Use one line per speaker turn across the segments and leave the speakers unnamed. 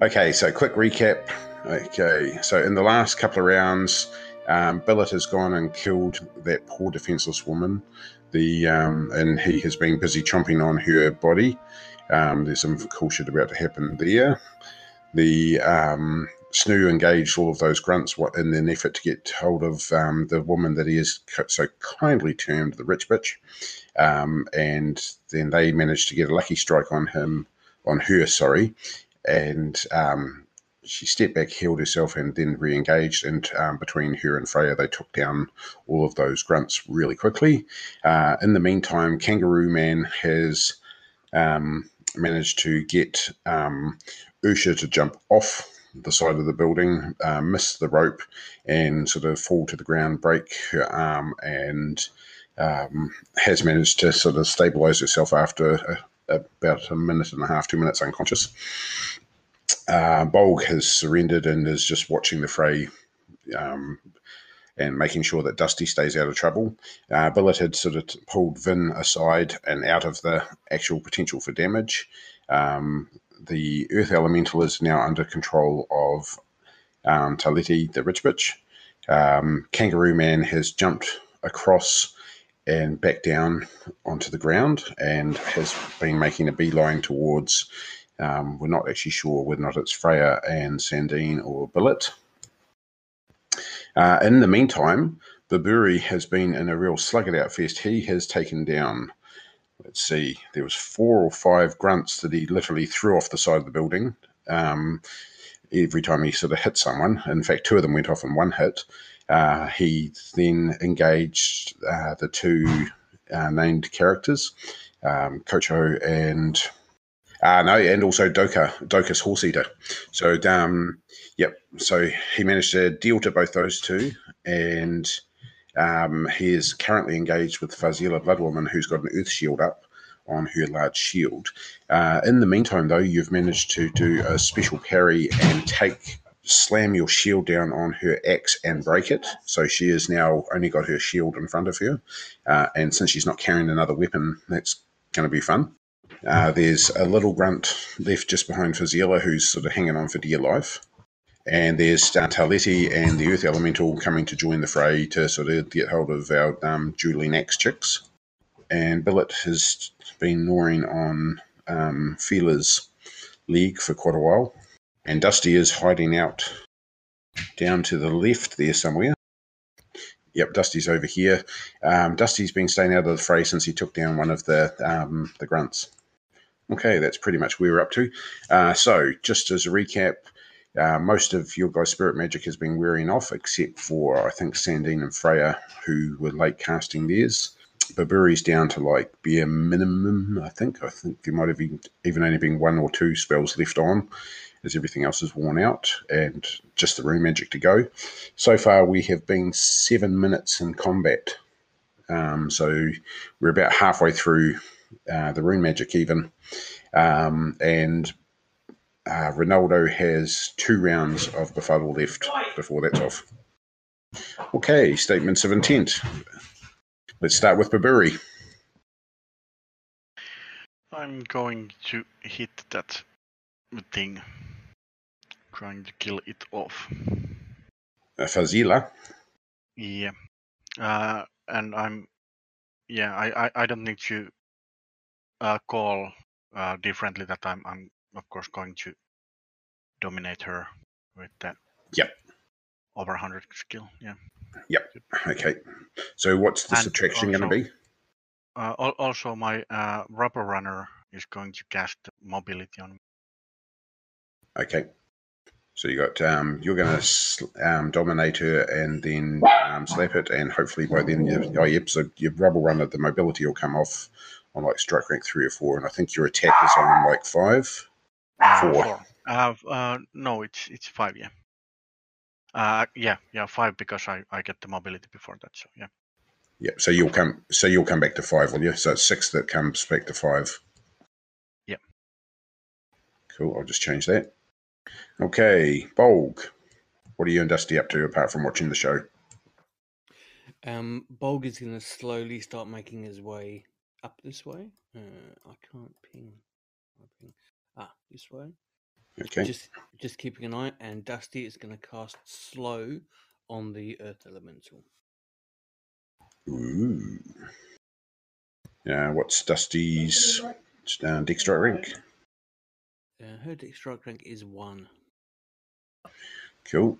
Okay, so quick recap. Okay, so in the last couple of rounds, um, Billet has gone and killed that poor defenseless woman. The um, and he has been busy chomping on her body. Um, there's some cool shit about to happen there. The um, Snoo engaged all of those grunts wa- in an effort to get hold of um, the woman that he is co- so kindly termed the rich bitch, um, and then they managed to get a lucky strike on him, on her, sorry, and um, she stepped back, healed herself, and then re-engaged. And um, between her and Freya, they took down all of those grunts really quickly. Uh, in the meantime, Kangaroo Man has um, managed to get um, Usha to jump off the side of the building, uh, miss the rope, and sort of fall to the ground, break her arm, and um, has managed to sort of stabilize herself after uh about a minute and a half, two minutes unconscious. Uh, Bolg has surrendered and is just watching the fray um, and making sure that Dusty stays out of trouble. Uh, Billet had sort of t- pulled Vin aside and out of the actual potential for damage. Um, the Earth Elemental is now under control of um, Taliti, the Rich Bitch. Um, Kangaroo Man has jumped across and back down onto the ground and has been making a beeline towards. Um, we're not actually sure whether or not it's Freya and Sandine or Billet. Uh, in the meantime, Baburi has been in a real slug it out fest. He has taken down let's see, there was four or five grunts that he literally threw off the side of the building. Um, every time he sort of hit someone, in fact, two of them went off in one hit. Uh, he then engaged uh, the two uh, named characters, um, Kocho and uh, no, and also Doka, Doka's horse eater. So, um, yep. So he managed to deal to both those two, and um, he is currently engaged with Fazila Bloodwoman, who's got an Earth Shield up on her large shield. Uh, in the meantime, though, you've managed to do a special parry and take slam your shield down on her axe and break it. So she has now only got her shield in front of her, uh, and since she's not carrying another weapon, that's going to be fun. Uh, there's a little grunt left just behind Fazila, who's sort of hanging on for dear life and there's Stantaletti and the Earth Elemental coming to join the fray to sort of get hold of our um, Julie Nax chicks. And Billet has been gnawing on um, Feeler's leg for quite a while. And Dusty is hiding out down to the left there somewhere. Yep, Dusty's over here. Um, Dusty's been staying out of the fray since he took down one of the um, the grunts. Okay, that's pretty much where we're up to. Uh, so, just as a recap, uh, most of your guys' spirit magic has been wearing off, except for I think Sandine and Freya, who were late casting theirs. Baburi's down to like bare minimum, I think. I think there might have been even only been one or two spells left on, as everything else is worn out, and just the rune magic to go. So far, we have been seven minutes in combat. Um, so we're about halfway through uh, the rune magic, even. Um, and uh, Ronaldo has two rounds of befuddle left before that's off. Okay, statements of intent. Let's start with Baburi.
I'm going to hit that thing. Trying to kill it off.
Uh, Fazila.
Yeah. Uh, and I'm. Yeah, I, I, I don't need to uh, call uh, differently that I'm, I'm, of course, going to dominate her with that.
Yep.
Over 100 skill, yeah.
Okay. So what's the
And
subtraction going
also-
to be?
Uh, al- also, my uh, rubber runner is going to cast mobility on me.
Okay. So you got um, you're going to sl- um, dominate her and then um, slap it, and hopefully by then, you, oh yep, so your rubble runner, the mobility will come off on like strike rank three or four, and I think your attack is on like five.
Uh,
Four.
Uh, f- uh, no, it's it's five, yeah. Uh, yeah, yeah, five because I, I get the mobility before that, so yeah.
Yep. So you'll come. So you'll come back to five, will you? So it's six that comes back to five.
Yep.
Cool. I'll just change that. Okay, Bolg. What are you and Dusty up to apart from watching the show?
Um, Bog is going to slowly start making his way up this way. Uh, I can't ping. Can't ping. Ah, this way.
Okay.
Just just keeping an eye, and Dusty is going to cast slow on the earth elemental.
Ooh. Uh, what's Dusty's uh, dexterity rank?
Uh, her dex strike rank is one.
Cool.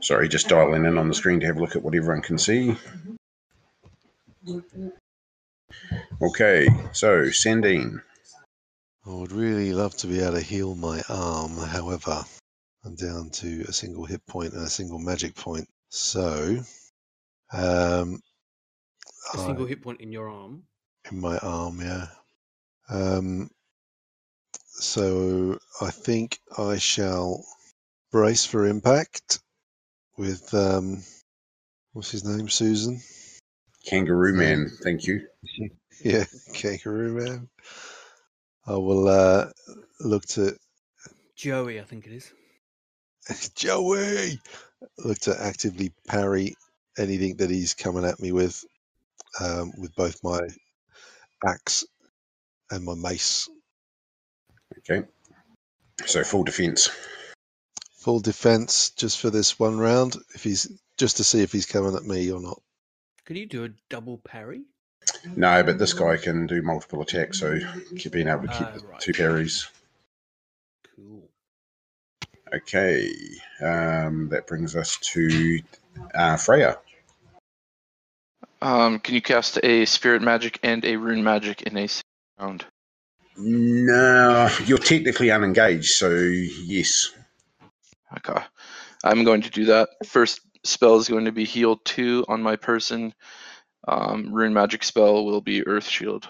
Sorry, just dialing in on the screen to have a look at what everyone can see. Okay, so Sandine.
I would Oh, really love to be able to heal my arm, however, I'm down to a single hit point and a single magic point. So, um,
A
I-
single hit point in your arm.
in my arm, yeah. Um, so I think I shall brace for impact with um, what's his name, Susan?
Kangaroo Man, thank you.
Yeah, Kangaroo Man. I will uh, look to
Joey, I think it is.
Joey. Look to actively parry anything that he's coming at me with, um, with both my axe and my mace.
Okay. So full defense.
Full defense just for this one round. If he's just to see if he's coming at me or not.
Could you do a double parry?
No, but this guy can do multiple attacks, so keep being able to keep
Ah,
the
right.
two parries.
Cool.
Okay. Um, that brings us to uh, Freya.
Um, can you cast a spirit magic and a rune magic in a single round?
No, you're technically unengaged, so yes.
Okay. I'm going to do that. First spell is going to be heal two on my person. Um, rune magic spell will be earth shield.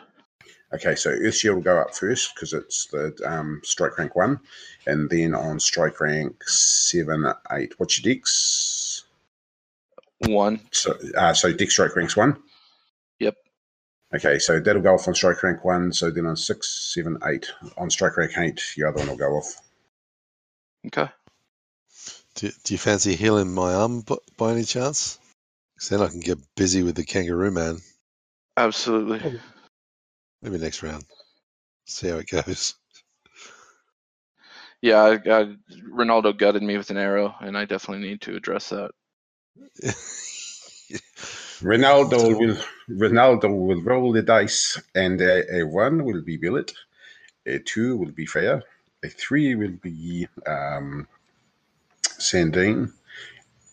Okay, so Earth Shield will go up first because it's the um, strike rank one, and then on strike rank seven, eight. What's your dex?
One.
So, uh, so dex strike ranks one.
Yep.
Okay, so that'll go off on strike rank one. So then on six, seven, eight, on strike rank eight, your other one will go off.
Okay.
Do, do you fancy healing my arm b- by any chance? 'Cause then I can get busy with the kangaroo man.
Absolutely.
Maybe next round. See how it goes.
Yeah, I, I, Ronaldo gutted me with an arrow, and I definitely need to address that.
Ronaldo will Ronaldo will roll the dice, and uh, a one will be Billet, a two will be Freya, a three will be um, Sandine,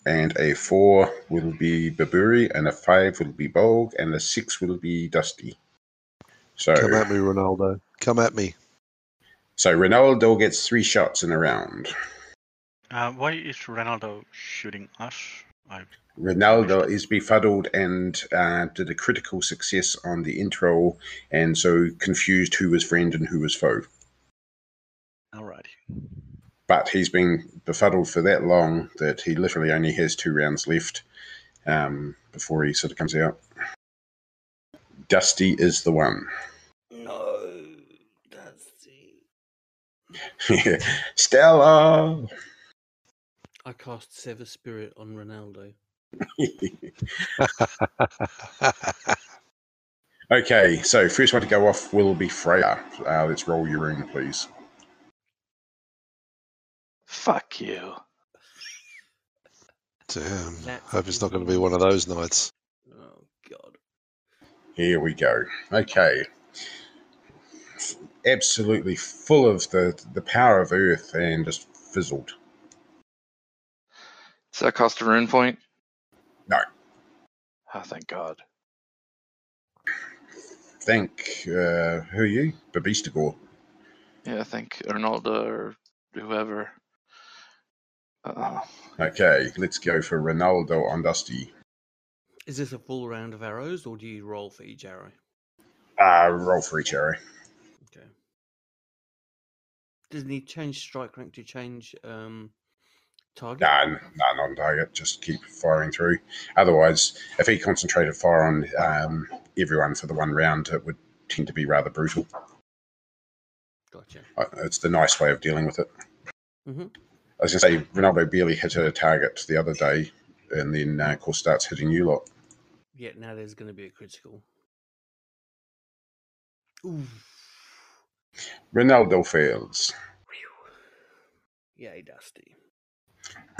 and a four will be Baburi, and a five will be Bog, and a six will be Dusty. So,
Come at me, Ronaldo. Come at me.
so Ronaldo gets three shots in a round.
Uh, why is Ronaldo shooting us? I
Ronaldo is befuddled and uh, did a critical success on the intro, and so confused who was friend and who was foe.
alrighty.
but he's been befuddled for that long that he literally only has two rounds left um, before he sort of comes out. Dusty is the one.
No, Dusty.
Stella!
I cast Sever Spirit on Ronaldo.
okay, so first one to go off will be Freya. Uh, let's roll your rune, please.
Fuck you.
Damn.
That's
Hope it's not going to be
easy.
one of those nights.
Oh God.
Here we go. Okay. Absolutely full of the, the power of Earth and just fizzled.
Does that cost a rune point?
No.
Oh, thank God.
Thank, uh, who are you? Babistagor.
Yeah, thank Ronaldo or whoever. Uh,
Okay, let's go for Ronaldo on Dusty.
Is this a full round of arrows, or do you roll for each arrow?
Uh, roll for each arrow.
Okay. Doesn't he change strike rank to change um target?
Nah, n- nah, not on target. Just keep firing through. Otherwise, if he concentrated fire on um, everyone for the one round, it would tend to be rather brutal.
Gotcha.
Uh, It's the nice way of dealing with it.
Mhm.
I was going to say, Ronaldo barely hit a target the other day, and then, uh, of course, starts hitting you lot.
Yeah, now there's going to be a critical. Ooh.
Ronaldo fails.
Yay, Dusty.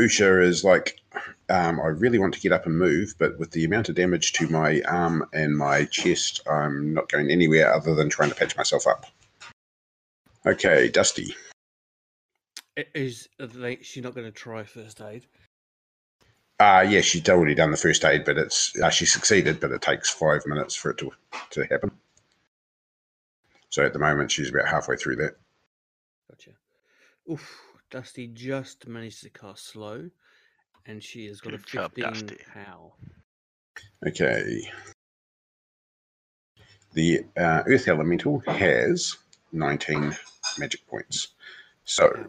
Usha is like, um, I really want to get up and move, but with the amount of damage to my arm and my chest, I'm not going anywhere other than trying to patch myself up. Okay, Dusty.
I- Is are they, she's not going to try first aid?
Uh, yeah, she's already done the first aid, but it's uh, she succeeded, but it takes five minutes for it to to happen. So at the moment, she's about halfway through that.
Gotcha. Oof. Dusty just managed to cast slow, and she has got a
Good job,
15
Dusty.
pow.
Okay. The uh, Earth Elemental has 19 magic points. So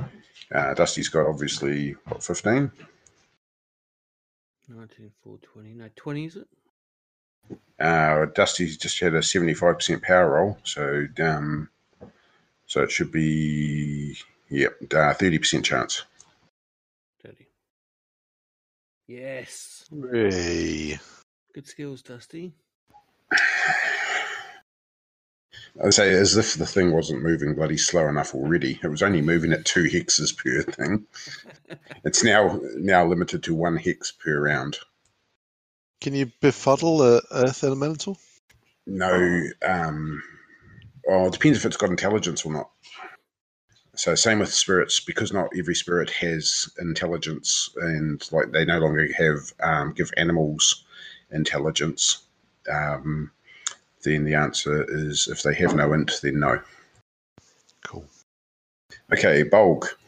Ouch.
uh, Dusty's got obviously, what, 15?
19, 4, 20. No, 20 is it?
Uh, Dusty's just had a 75% power roll, so um, so it should be, yep, uh, 30% chance.
30. Yes.
Hey.
Good skills, Dusty.
I say as if the thing wasn't moving bloody slow enough already. It was only moving at two hexes per thing. It's now now limited to one hex per round.
Can you befuddle a Earth Elemental?
No, um, oh, it depends if it's got intelligence or not. So same with spirits because not every spirit has intelligence, and like they no longer have um, give animals intelligence. Um, then the answer is if they have no int, then no.
Cool.
Okay, bulk.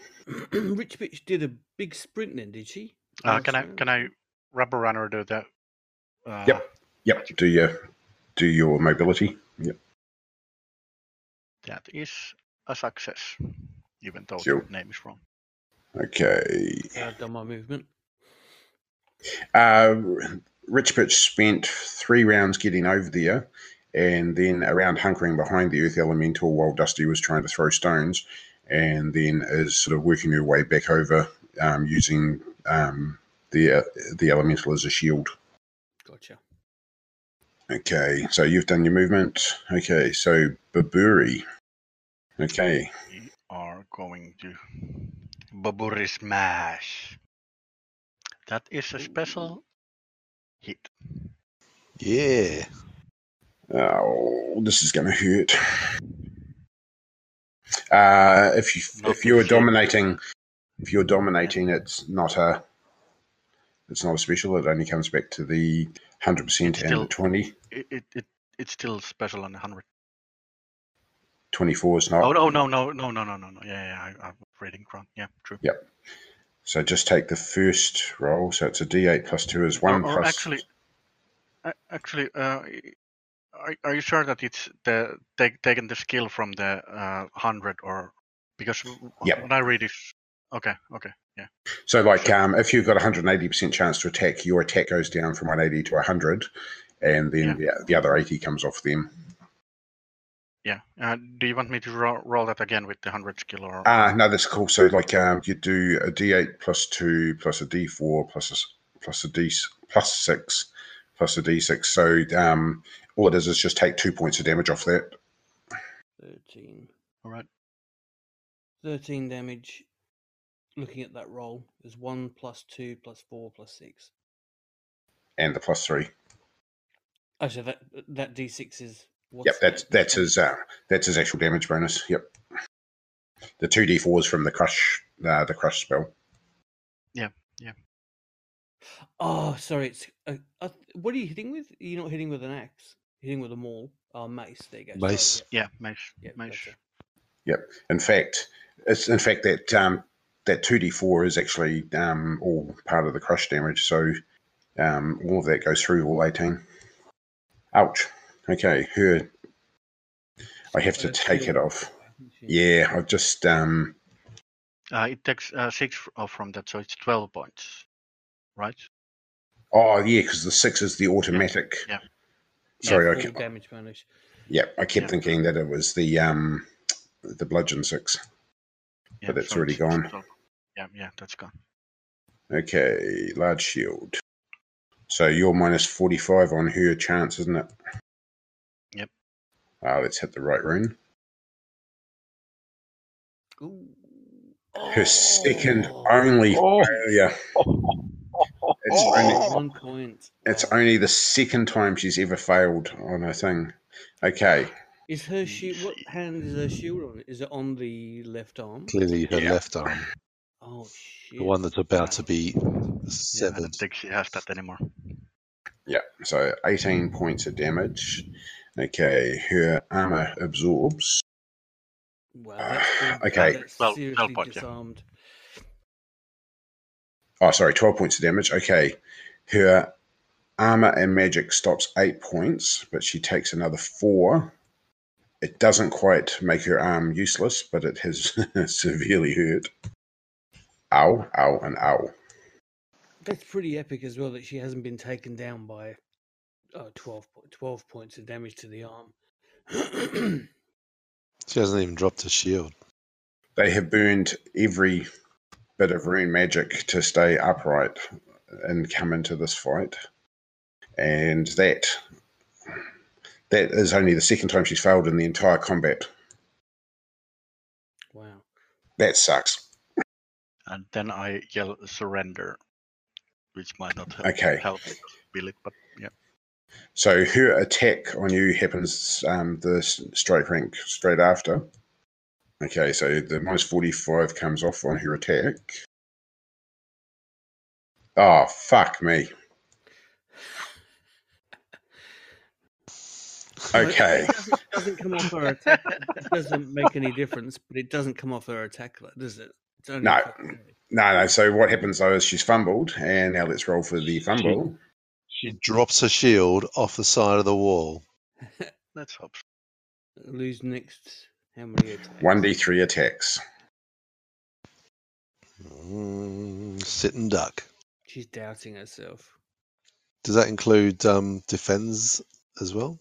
Rich Bitch did a big sprint then, did she?
Uh,
Last
can I
round?
can I rubber runner do that? Uh,
Yep. Do your do your mobility. Yep.
That is a success, even though
Cool.
the name is wrong.
Okay.
Uh, done my movement.
Uh, Rich Pitch spent three rounds getting over there and then a round hunkering behind the Earth Elemental while Dusty was trying to throw stones and then is sort of working her way back over um, using um, the, the Elemental as a shield.
Gotcha.
Okay, so you've done your movement. Okay, so Baburi. Okay,
We are going to Baburi Smash. That is a special hit.
Yeah.
oh, this is going to hurt. Uh, if you
Not
if you're
to hit.
dominating, if you're dominating, it's not a it's not a special. It only comes back to the hundred percent and
Still-
the 20.
It, it, it it's still special on 100.
24 is not.
Oh no no no no no no no no. Yeah, yeah I, I'm reading wrong. Yeah, true.
So just take the first roll. So it's a D8 plus two is one
or, or
plus.
Oh, actually, a- actually, uh, are, are you sure that it's the take, taken the skill from the uh, hundred or because w-
Yep.
what I read is okay, okay, yeah,
So like um, if you've got a hundred and eighty percent chance to attack, your attack goes down from one eighty to hundred, and then the, the other eighty comes off them.
yeah. Uh, do you want me to roll, roll that again with the hundred skill or?
Ah, no, that's cool. So like um, you do a D8 plus two plus a D4 plus a s- plus a D plus six plus a D6. So um, all it is is just take two points of damage off that.
13.
All right.
13 damage. Looking at that roll, is 1 plus 2 plus 4 plus 6.
and the plus three.
Oh, so that, that d6 is. What's
Yep, that's
that?
that's his uh, that's his actual damage bonus. Yep, the two d fours from the crush uh, the crush spell.
Oh, sorry. It's uh, uh, what are you hitting with? You're not hitting with an axe. You're hitting with a maul. Oh, mace. There you go. sorry,
Mace.
Yeah, mace,
Yeah, yeah,
mace.
gotcha.
In fact, it's in fact that um, that two d four is actually um, all part of the crush damage. So um, all of that goes through all eighteen. Ouch. Okay, her. I have to
Uh,
take it
shield.
off.
Shield.
Yeah, I've just um,
Uh, it takes uh, six f- uh, from that, so it's twelve points, right?
Oh yeah, because the six is the automatic.
Yeah.
Yeah,
Sorry, I
full
kept,
damage bonus.
yeah, I kept
Yeah.
thinking that it was the um, the bludgeon six.
Yeah,
But it's
so
already gone.
12. Yeah, yeah, that's gone.
Okay, large shield. So you're minus forty five on her chance, isn't it?
Yep.
Ah, Uh, let's hit the right rune.
Ooh.
Her second
Oh,
only
Oh.
failure. It's only
Oh. One point.
it's
Wow.
only the second time she's ever failed on a thing. Okay.
Is her shield? What
Easy.
hand is her shield on? Is it on the left arm?
Clearly, her
Yeah.
left arm,
Oh shit!
the one that's about
Yeah.
to be
Yeah, I
severed.
don't think she has that anymore.
Yeah. So 18 points of damage. Okay. Her armor absorbs.
Wow,
Uh,
that's gonna-
okay.
That's
Well, well
seriously
put, yeah.
disarmed.
Oh, sorry. 12 points of damage. Okay. Her armor and magic stops eight points, but she takes another four. It doesn't quite make her arm useless, but it has severely hurt. Ow, ow, and ow.
That's pretty epic as well that she hasn't been taken down by uh, 12, po- 12 points of damage to the arm.
She hasn't even dropped her shield.
They have burned every bit of rune magic to stay upright and come into this fight. And that that is only the second time she's failed in the entire combat.
wow.
That sucks.
And then I yell surrender, which might not help,
Okay.
help Billy, but yeah.
So her attack on you happens um, the s- strike rank straight after. Okay, so the minus 45 comes off on her attack. Oh, fuck me.
No, it-
Okay.
It doesn't, doesn't come off her attack. It doesn't make any difference, but it doesn't come off her attack, like, does it? It's only
No.
a fucking save.
No, no. So what happens though is she's fumbled, and now let's roll for the fumble.
She drops her shield off the side of the wall.
Let's hope. so.
Lose next. How many attacks?
1d3 attacks.
Mm, sit and duck.
She's doubting herself.
Does that include um, defense as well?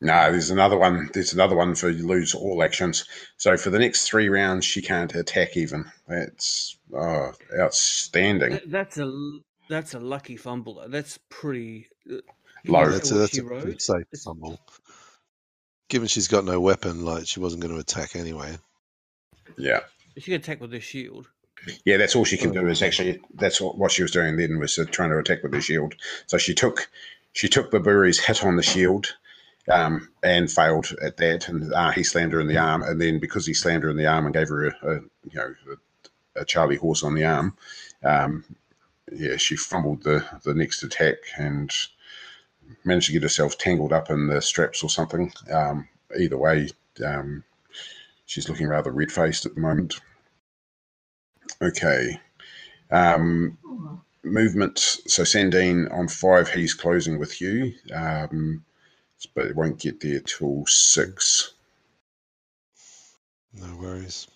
No, there's another one. There's another one for you lose all actions. So for the next three rounds, she can't attack even. That's oh, outstanding.
That, that's a l- that's a lucky fumble. though. That's pretty. uh,
Low.
You know
That's a,
what
that's
she
a pretty
rode?
safe
It's-
fumble. Given she's got no weapon, like she wasn't going to attack anyway.
Yeah,
She can attack with her shield.
yeah. That's all she can
Right.
do is actually. That's what what she was doing then was uh, trying to attack with her shield. So she took, she took Baburi's hit on the shield, um, and failed at that. And uh, he slammed her in the arm. And then because he slammed her in the arm and gave her a, a you know a, a Charlie horse on the arm, um, yeah, she fumbled the the next attack and managed to get herself tangled up in the straps or something. Um, either way, um, she's looking rather red faced at the moment. Okay. Um, movement. So Sandine on five, he's closing with you, um, but it won't get there till six.
No worries.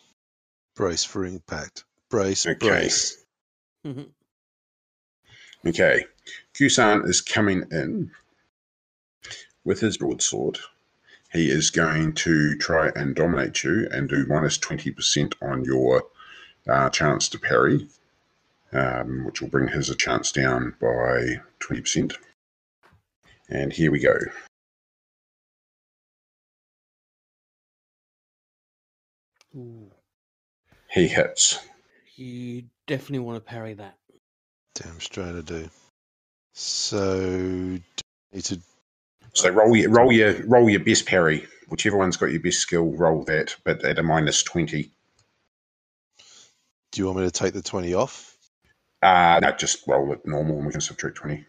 Brace for impact. Brace,
Okay.
brace.
Okay. Kusan is coming in with his broadsword. He is going to try and dominate you and do minus 20% on your uh, chance to parry, um, which will bring his chance down by 20%. And here we go.
Ooh,
He hits.
you definitely want to parry that.
Damn straight I do. So need to
So roll your roll your roll your best parry. Whichever one's got your best skill, roll that, but at a minus twenty.
do you want me to take the twenty off?
Uh no, just roll it normal and we can subtract twenty.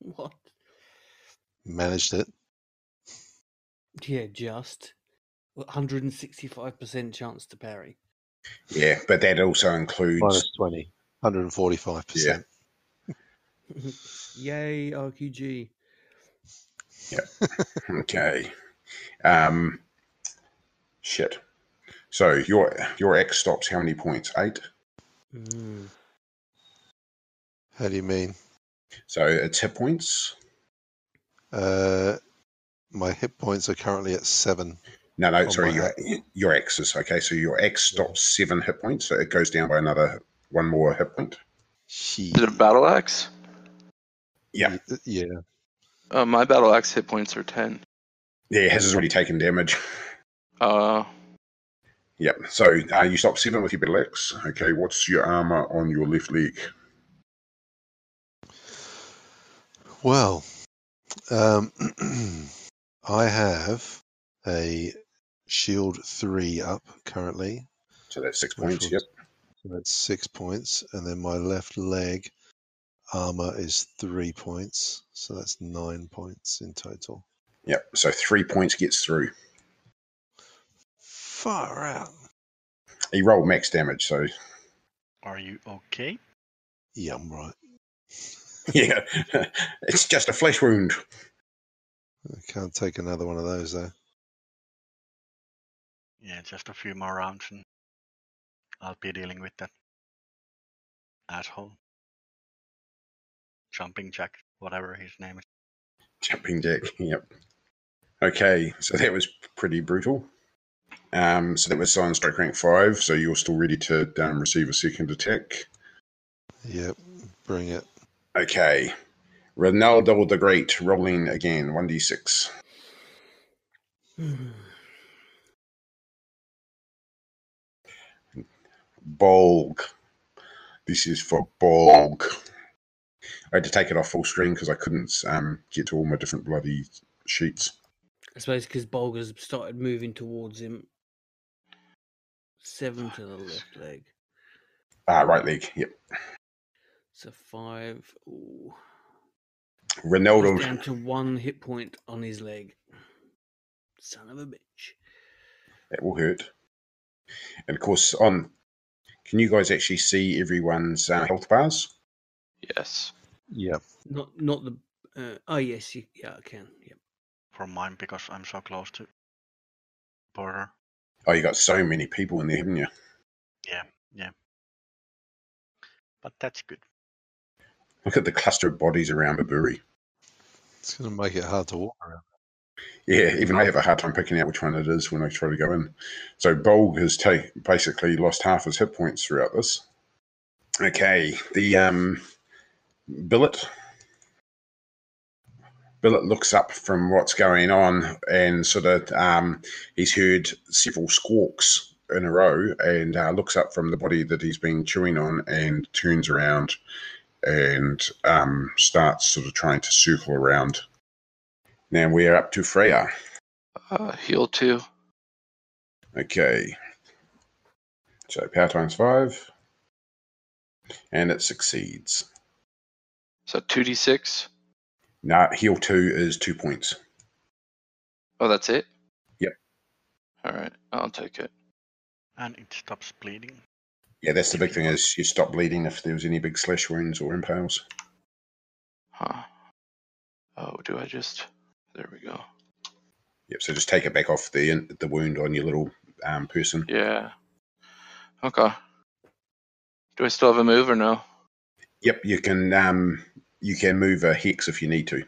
What?
Managed it.
Yeah, just 165% chance to parry.
Yeah, but that also includes
Minus 20. 145 percent.
Yay, RQG.
Okay. Um shit. So your your X stops how many points? Eight?
Mm.
How do you mean?
So it's hit points?
Uh, my hit points are currently at seven.
No, no,
Oh,
sorry,
my
your your X is okay, so your X
Yeah.
stops seven hit points, so it goes down by another one more hit point.
She.
Is it a battle axe?
Yeah.
Yeah.
Uh, my battle axe hit points are 10.
Yeah, his has already taken damage.
Uh,
Yep. So uh, you stop seven with your battle axe. Okay. What's your armor on your left leg?
Well, um, I have a shield three up currently.
So that's six
Which
points.
one?
Yep.
So that's six points. And then my left leg armor is three points. So that's nine points in total.
Yep. So three points gets through.
Far out.
He rolled max damage. So
Are you okay?
Yeah, I'm right.
yeah, it's just a flesh wound.
I can't take another one of those though.
Yeah, just a few more rounds and I'll be dealing with that asshole. Jumping Jack, whatever his name is.
Jumping jack. Yep. Okay. So that was pretty brutal. Um, so that was Silent Strike rank five. So you're still ready to um, receive a second attack.
Yep, bring it.
Okay. Ronaldo the Great rolling again. 1d6. Bolg. This is for Bolg. I had to take it off full screen because I couldn't um, get to all my different bloody sheets.
I suppose because Bolger's started moving towards him. Seven to the left leg.
Ah, right leg. Yep.
So five. Ooh. He's
Ronaldo.
down to one hit point on his leg. Son of a bitch.
That will hurt. And of course, on. Can you guys actually see everyone's uh, health bars?
yes.
Yep.
Not not the. Uh, oh yes, you, yeah, I can. Yep.
From mine because I'm so close to border.
Oh, you got so many people in there, haven't you?
But that's good.
Look at the cluster of bodies around Baburi.
It's going to make it hard to walk around.
Yeah, even I have a hard time picking out which one it is when I try to go in. So Bolg has ta- basically lost half his hit points throughout this. Okay, the um, billet. Billet looks up from what's going on and sort of um, he's heard several squawks in a row and uh, looks up from the body that he's been chewing on and turns around and um, starts sort of trying to circle around. Now we are up to Freya.
Uh, heal two.
Okay. So power times five. And it succeeds.
So 2d6.
Now heal two is two points.
Oh, that's it?
Yep.
All right, I'll take it.
And it stops bleeding.
Yeah, that's the big thing is you stop bleeding if there was any big slash wounds or impales.
Huh. Oh, do I just. There we go.
Yep, so just take it back off the the wound on your little um, person.
Yeah. Okay. Do I still have a move or no?
Yep, you can um you can move a hex if you need to.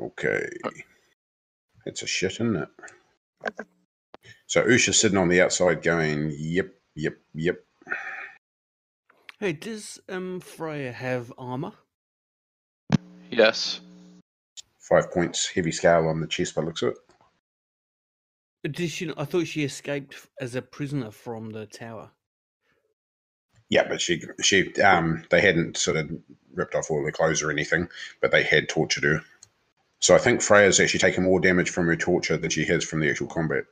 Okay. It's a shit, isn't it? So Usha's sitting on the outside going, Yep, yep, yep.
Hey, does um Freya have armor?
Yes.
Five points, heavy scale on the chest by the looks of it.
Uh, Did she? not- I thought she escaped f- as a prisoner from the tower.
Yeah, but she she um they hadn't sort of ripped off all her clothes or anything, but they had tortured her. So I think Freya's actually taken more damage from her torture than she has from the actual combat.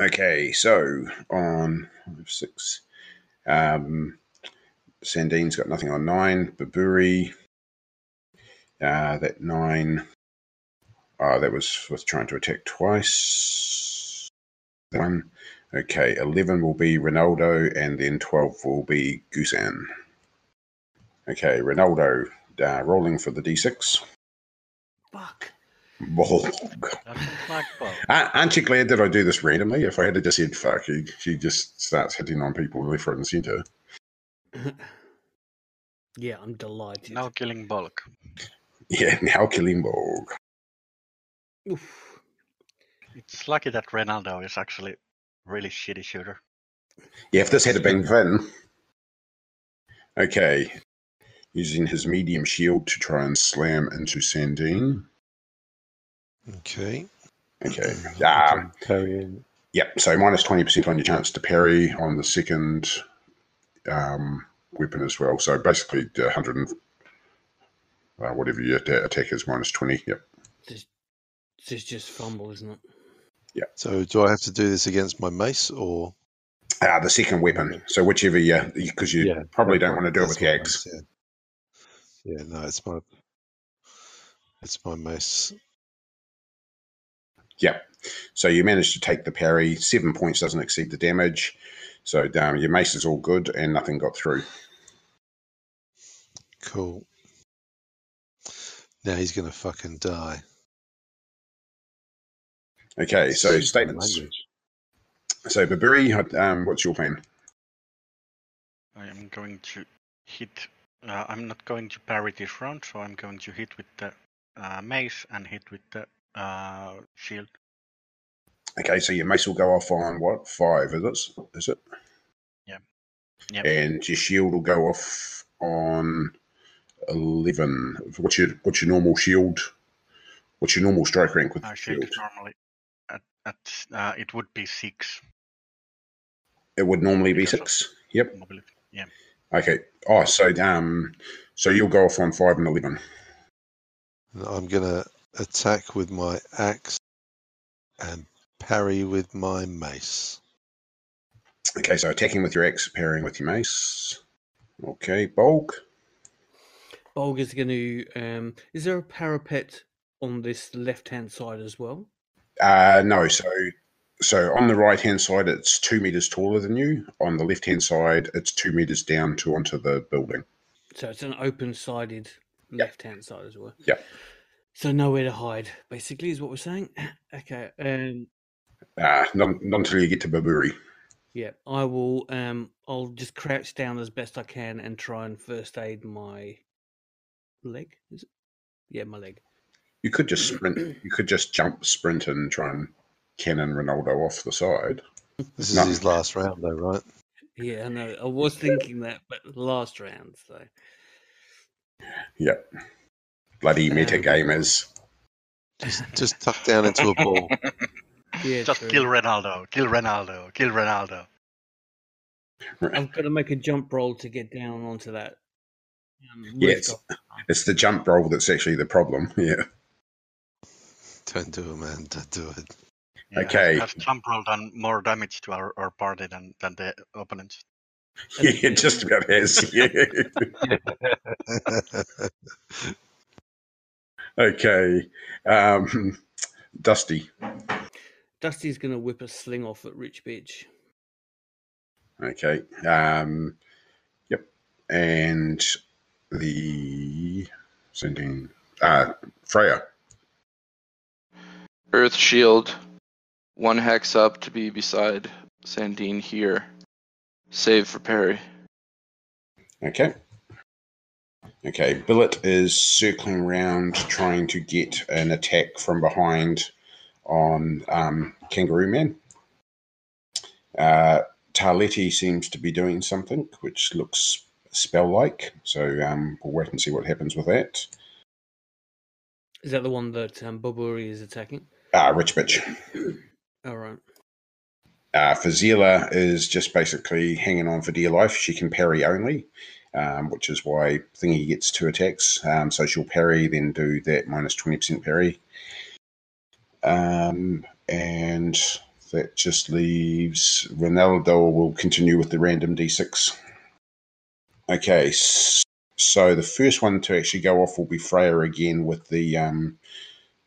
Okay, so on five, six, um, Sandine's got nothing on nine. Baburi, uh, that nine. Oh, that was with trying to attack twice. That One. Okay, 11 will be Ronaldo, and then 12 will be Gusan. Okay, Ronaldo uh, rolling for the d6.
Fuck.
Bolg.
Doesn't like well.
A- Aren't you glad that I do this randomly? If I had just said fuck, he, she just starts hitting on people left, right, and centre.
yeah, I'm delighted.
Now killing bulk.
Yeah, now killing Bolg.
Oof.
It's lucky that Ronaldo is actually really shitty shooter.
Yeah, if this had been Finn. Okay, using his medium shield to try and slam into Sandine.
Okay.
Okay. Ah,
Parry in.
Yep. So minus twenty percent on your chance to parry on the second um, weapon as well. So basically, the hundred and uh, whatever your atta- attack is minus twenty. Yep.
This is just fumble, isn't it?
So do I have to do this against my mace or?
Uh, the second weapon. So whichever you, because you probably don't want to do it
that's
with your
my
axe.
mace, yeah. yeah, no, it's my it's my mace.
Yep. So you manage to take the parry. Seven points doesn't exceed the damage. So um, your mace is all good and nothing got through.
Cool. Now he's gonna fucking die.
Okay. So
Stupid
statements.
language.
So Baburi, um, what's your plan?
I am going to hit. Uh, I'm not going to parry this round, so I'm going to hit with the uh, mace and hit with the uh, shield.
Okay. So your mace will go off on what five? Is it? Is it?
Yep.
And your shield will go off on eleven. What's your what's your normal shield? What's your normal strike rank with
Uh, shield
shield?
normally. At, at s- uh, it would be six
It would normally be
Because of-
six. Yep.
mobility.
Okay. Oh, so um, so you'll go off on five and eleven.
And I'm gonna attack with my axe and parry with my mace.
Okay, so attacking with your axe, parrying with your mace. Okay, bulk.
Bulg is going to. Um, is there a parapet on this left-hand side as well?
Uh, no, so so on the right hand side, it's two meters taller than you. On the left hand side, it's two meters down to onto the building.
So it's an open-sided left-hand side as well.
Yep.
So nowhere to hide, basically, is what we're saying. okay. Um,
Uh, not, not until you get to Baburi.
yeah, I will. Um, I'll just crouch down as best I can and try and first aid my leg. Is it? Yeah, my leg.
You could just sprint. You could just jump, sprint, and try and cannon Ronaldo off the side.
This is
No.
his last round, though, right?
Yeah, I know. I was thinking that, but last round, so
Bloody meta
Um,
gamers.
Just just tuck down into a ball.
yeah,
Just
true.
kill Ronaldo. Kill Ronaldo. Kill Ronaldo.
I've got to make a jump roll to get down onto that. Um,
Yes.
rooftop.
It's the jump roll that's actually the problem. Yeah.
Don't do it, man. Don't do it.
Yeah,
Okay.
Has, has jump roll done more damage to our, our party than, than the opponents?
Yeah, just about has. Yeah. Okay. Um, Dusty.
Dusty's gonna whip a sling off at Rich Bitch.
Okay. Um, yep. And the sending uh, Freya.
Earth shield, one hex up to be beside Sandine here. Save for parry.
Okay. Okay. Billet is circling round, trying to get an attack from behind on um, Kangaroo Man. Uh, Tarletti seems to be doing something which looks spell like. So um, we'll wait and see what happens with that.
Is that the one that um, Boburi is attacking?
Ah, Rich Bitch.
All right.
Uh, Fazila is just basically hanging on for dear life. She can parry only, um, which is why Thingy gets two attacks. Um, so she'll parry, then do that minus 20% parry. Um, and that just leaves Ronaldo will continue with the random d6. Okay, s- so the first one to actually go off will be Freya again with the um,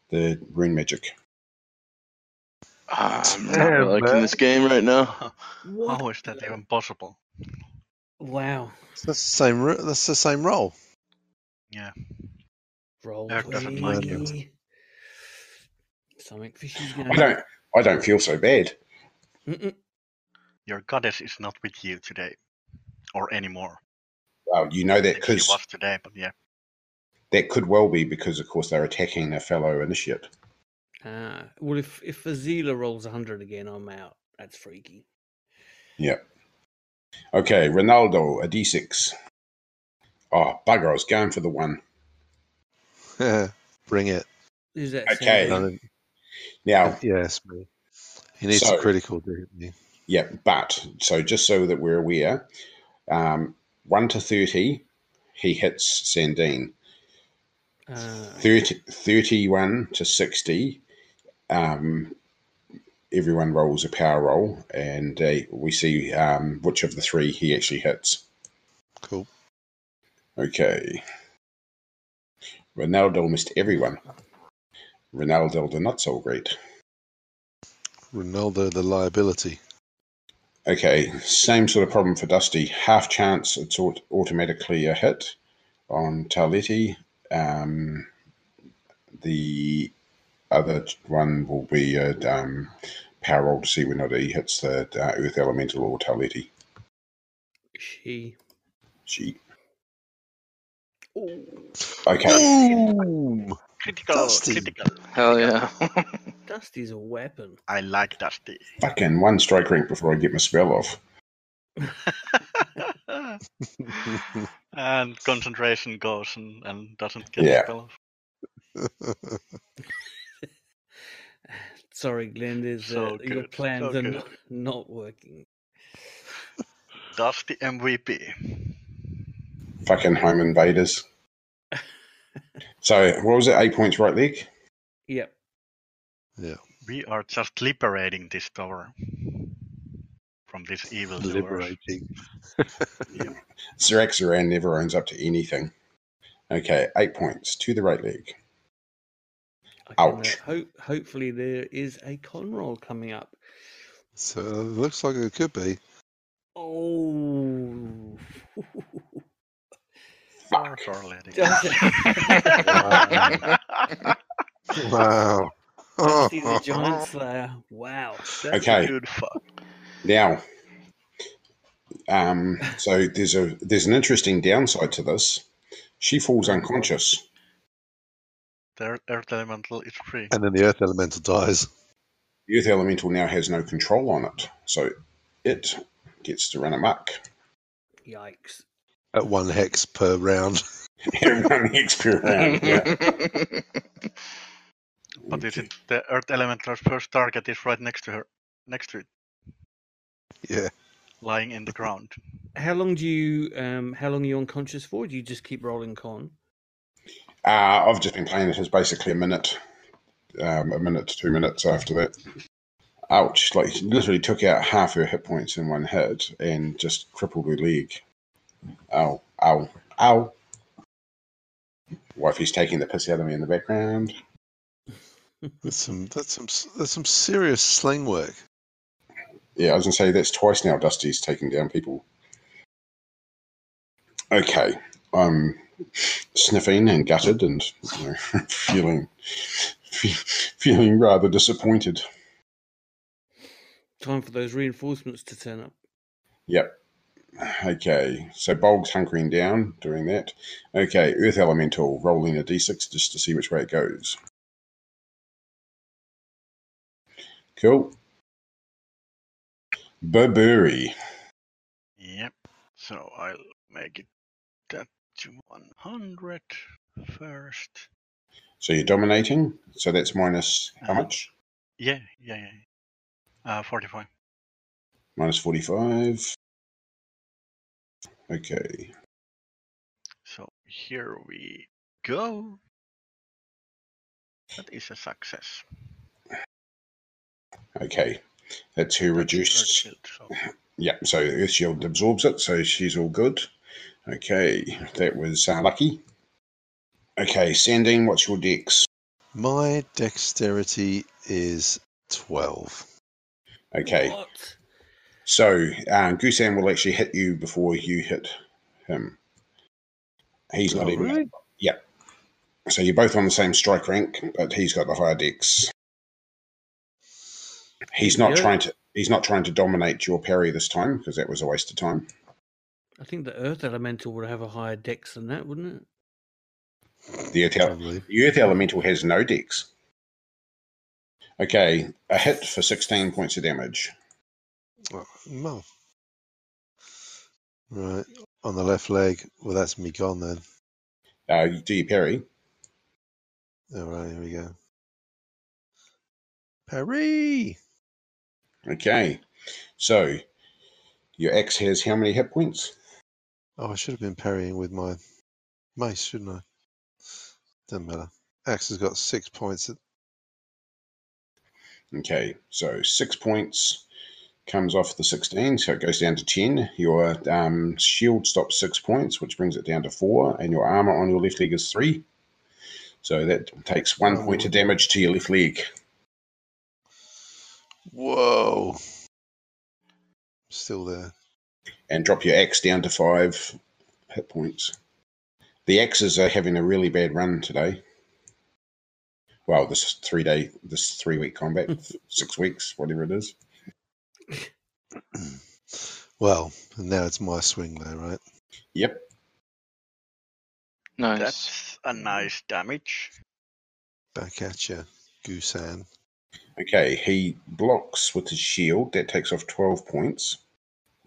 the rune magic.
Ah, I'm not
Damn,
liking
man.
this game right now.
What?
How is that even possible?
Wow.
That's the same. ro- That's the same roll.
Roll
Eric doesn't like it.
twenty. Something fishy's
I
going.
don't, I don't feel so bad.
Mm-mm.
Your goddess is not with you today, or anymore.
Well, you know that
If she
because
was today, but yeah.
That could well be because, of course, they're attacking their fellow initiate.
Ah, well, if if Azila rolls hundred again, I'm out. That's freaky.
Okay, Ronaldo, a d6. Oh, bugger, I was going for the one.
Bring it.
Who's that?
Okay.
sound?
None,
Now,
Yes, me. He needs
So-
a critical, doesn't he?
yeah, but so just so that we're aware, um, one to thirty, he hits Sandine.
Uh,
30, 31 to 60, um, everyone rolls a power roll, and uh, we see um, which of the three he actually hits.
Cool.
Okay. Ronaldo missed everyone. Ronaldo the not so great.
Ronaldo, the liability.
Okay, same sort of problem for Dusty. Half chance, it's aut- automatically a hit on Taletti. Um, the other one will be a um, power roll to see whether or not he hits the uh, Earth Elemental or Taletti.
she.
Gee.
Ooh,
Okay.
Boom!
Critical,
Dusty.
critical.
Hell yeah.
Dusty's a weapon.
I like Dusty.
Fucking one strike rank before I get my spell off.
and concentration goes and, and doesn't get
Yeah.
spell off.
Sorry, Glenn, there's
So
uh, your
good,
plans
so
are
good.
not, not working.
Dusty MVP.
Fucking home invaders. So what was it? Eight points right leg.
Yep.
We are just liberating this tower from this evil doer.
Liberating.
Siraxaran never owns up to anything. Okay, eight points to the right leg.
I can, uh,
Ouch.
hope, hopefully, there is a con roll coming up.
So it looks like it could be.
Oh.
Or Torletti.
Wow.
Dusty the Giant Slayer. Wow.
That's
Okay.
a good fuck.
Now, um, so there's a there's an interesting downside to this. She falls unconscious.
The earth elemental is free.
And then the earth elemental dies.
The Earth Elemental now has no control on it, so it gets to run amok.
Yikes.
At one hex per round.
Everyone next per round, Yeah.
But is it the earth elemental's first target is right next to her, next to it,
Yeah.
lying in the ground.
How long do you um how long are you unconscious for? Do you just keep rolling con?
Uh, I've just been playing it as basically a minute, um, a minute to two minutes after that. Ouch! Like literally took out half her hit points in one hit and just crippled her leg. Ow! Ow! Ow! Wifey's taking the piss out of me in the background.
That's some that's some that's some serious sling work.
Yeah, I was gonna say that's twice now. Dusty's taking down people. Okay, I'm sniffing and gutted and you know, feeling feeling rather disappointed.
Time for those reinforcements to turn up.
Yep. Okay, so Bog's hunkering down, doing that. Okay, Earth Elemental, rolling a d6 just to see which way it goes. Cool. Burberry.
Yep. So I'll make it that to 100 first.
So you're dominating. So that's minus how
Uh-huh.
much?
Yeah, yeah, yeah. yeah. Uh, 45.
Minus 45. Okay.
So here we go. That is a success.
Okay. That's her
That's
reduced.
Urchild, so
Yeah, so Earth Shield absorbs it, so she's all good. Okay, that was uh, lucky. Okay, Sandine, what's your dex?
My dexterity is twelve.
Okay,
What?
so um, Gusan will actually hit you before you hit him. He's not
Oh,
even.
really?
Yeah. So you're both on the same strike rank, but he's got the higher dex. He's not
Yeah.
trying to. He's not trying to dominate your parry this time because that was a waste of time.
I think the Earth Elemental would have a higher dex than that, wouldn't it?
The attack.
Probably.
The Earth Elemental has no dex. Okay, a hit for 16 points of damage.
Well, no. Right. On the left leg. Well that's me gone then.
Uh, you do you parry?
All right, here we go. Hurry!
Okay. So your axe has how many hit points?
Oh, I should have been parrying with my mace, shouldn't I? Doesn't matter. Axe has got six points.
Okay. So six points comes off the 16, so it goes down to 10. Your um, shield stops six points, which brings it down to four, and your armor on your left leg is three. So that takes one
Oh,
point of
would-
damage to your left leg.
Whoa! Still there.
and drop your axe down to five hit points. The axes are having a really bad run today. Well, this three day, this three week combat, six weeks, whatever it is.
Well, and now it's my swing, though, right?
Yep.
Nice.
That's a nice damage.
Back at you, Goosan.
Okay. He blocks with his shield. That takes off twelve points.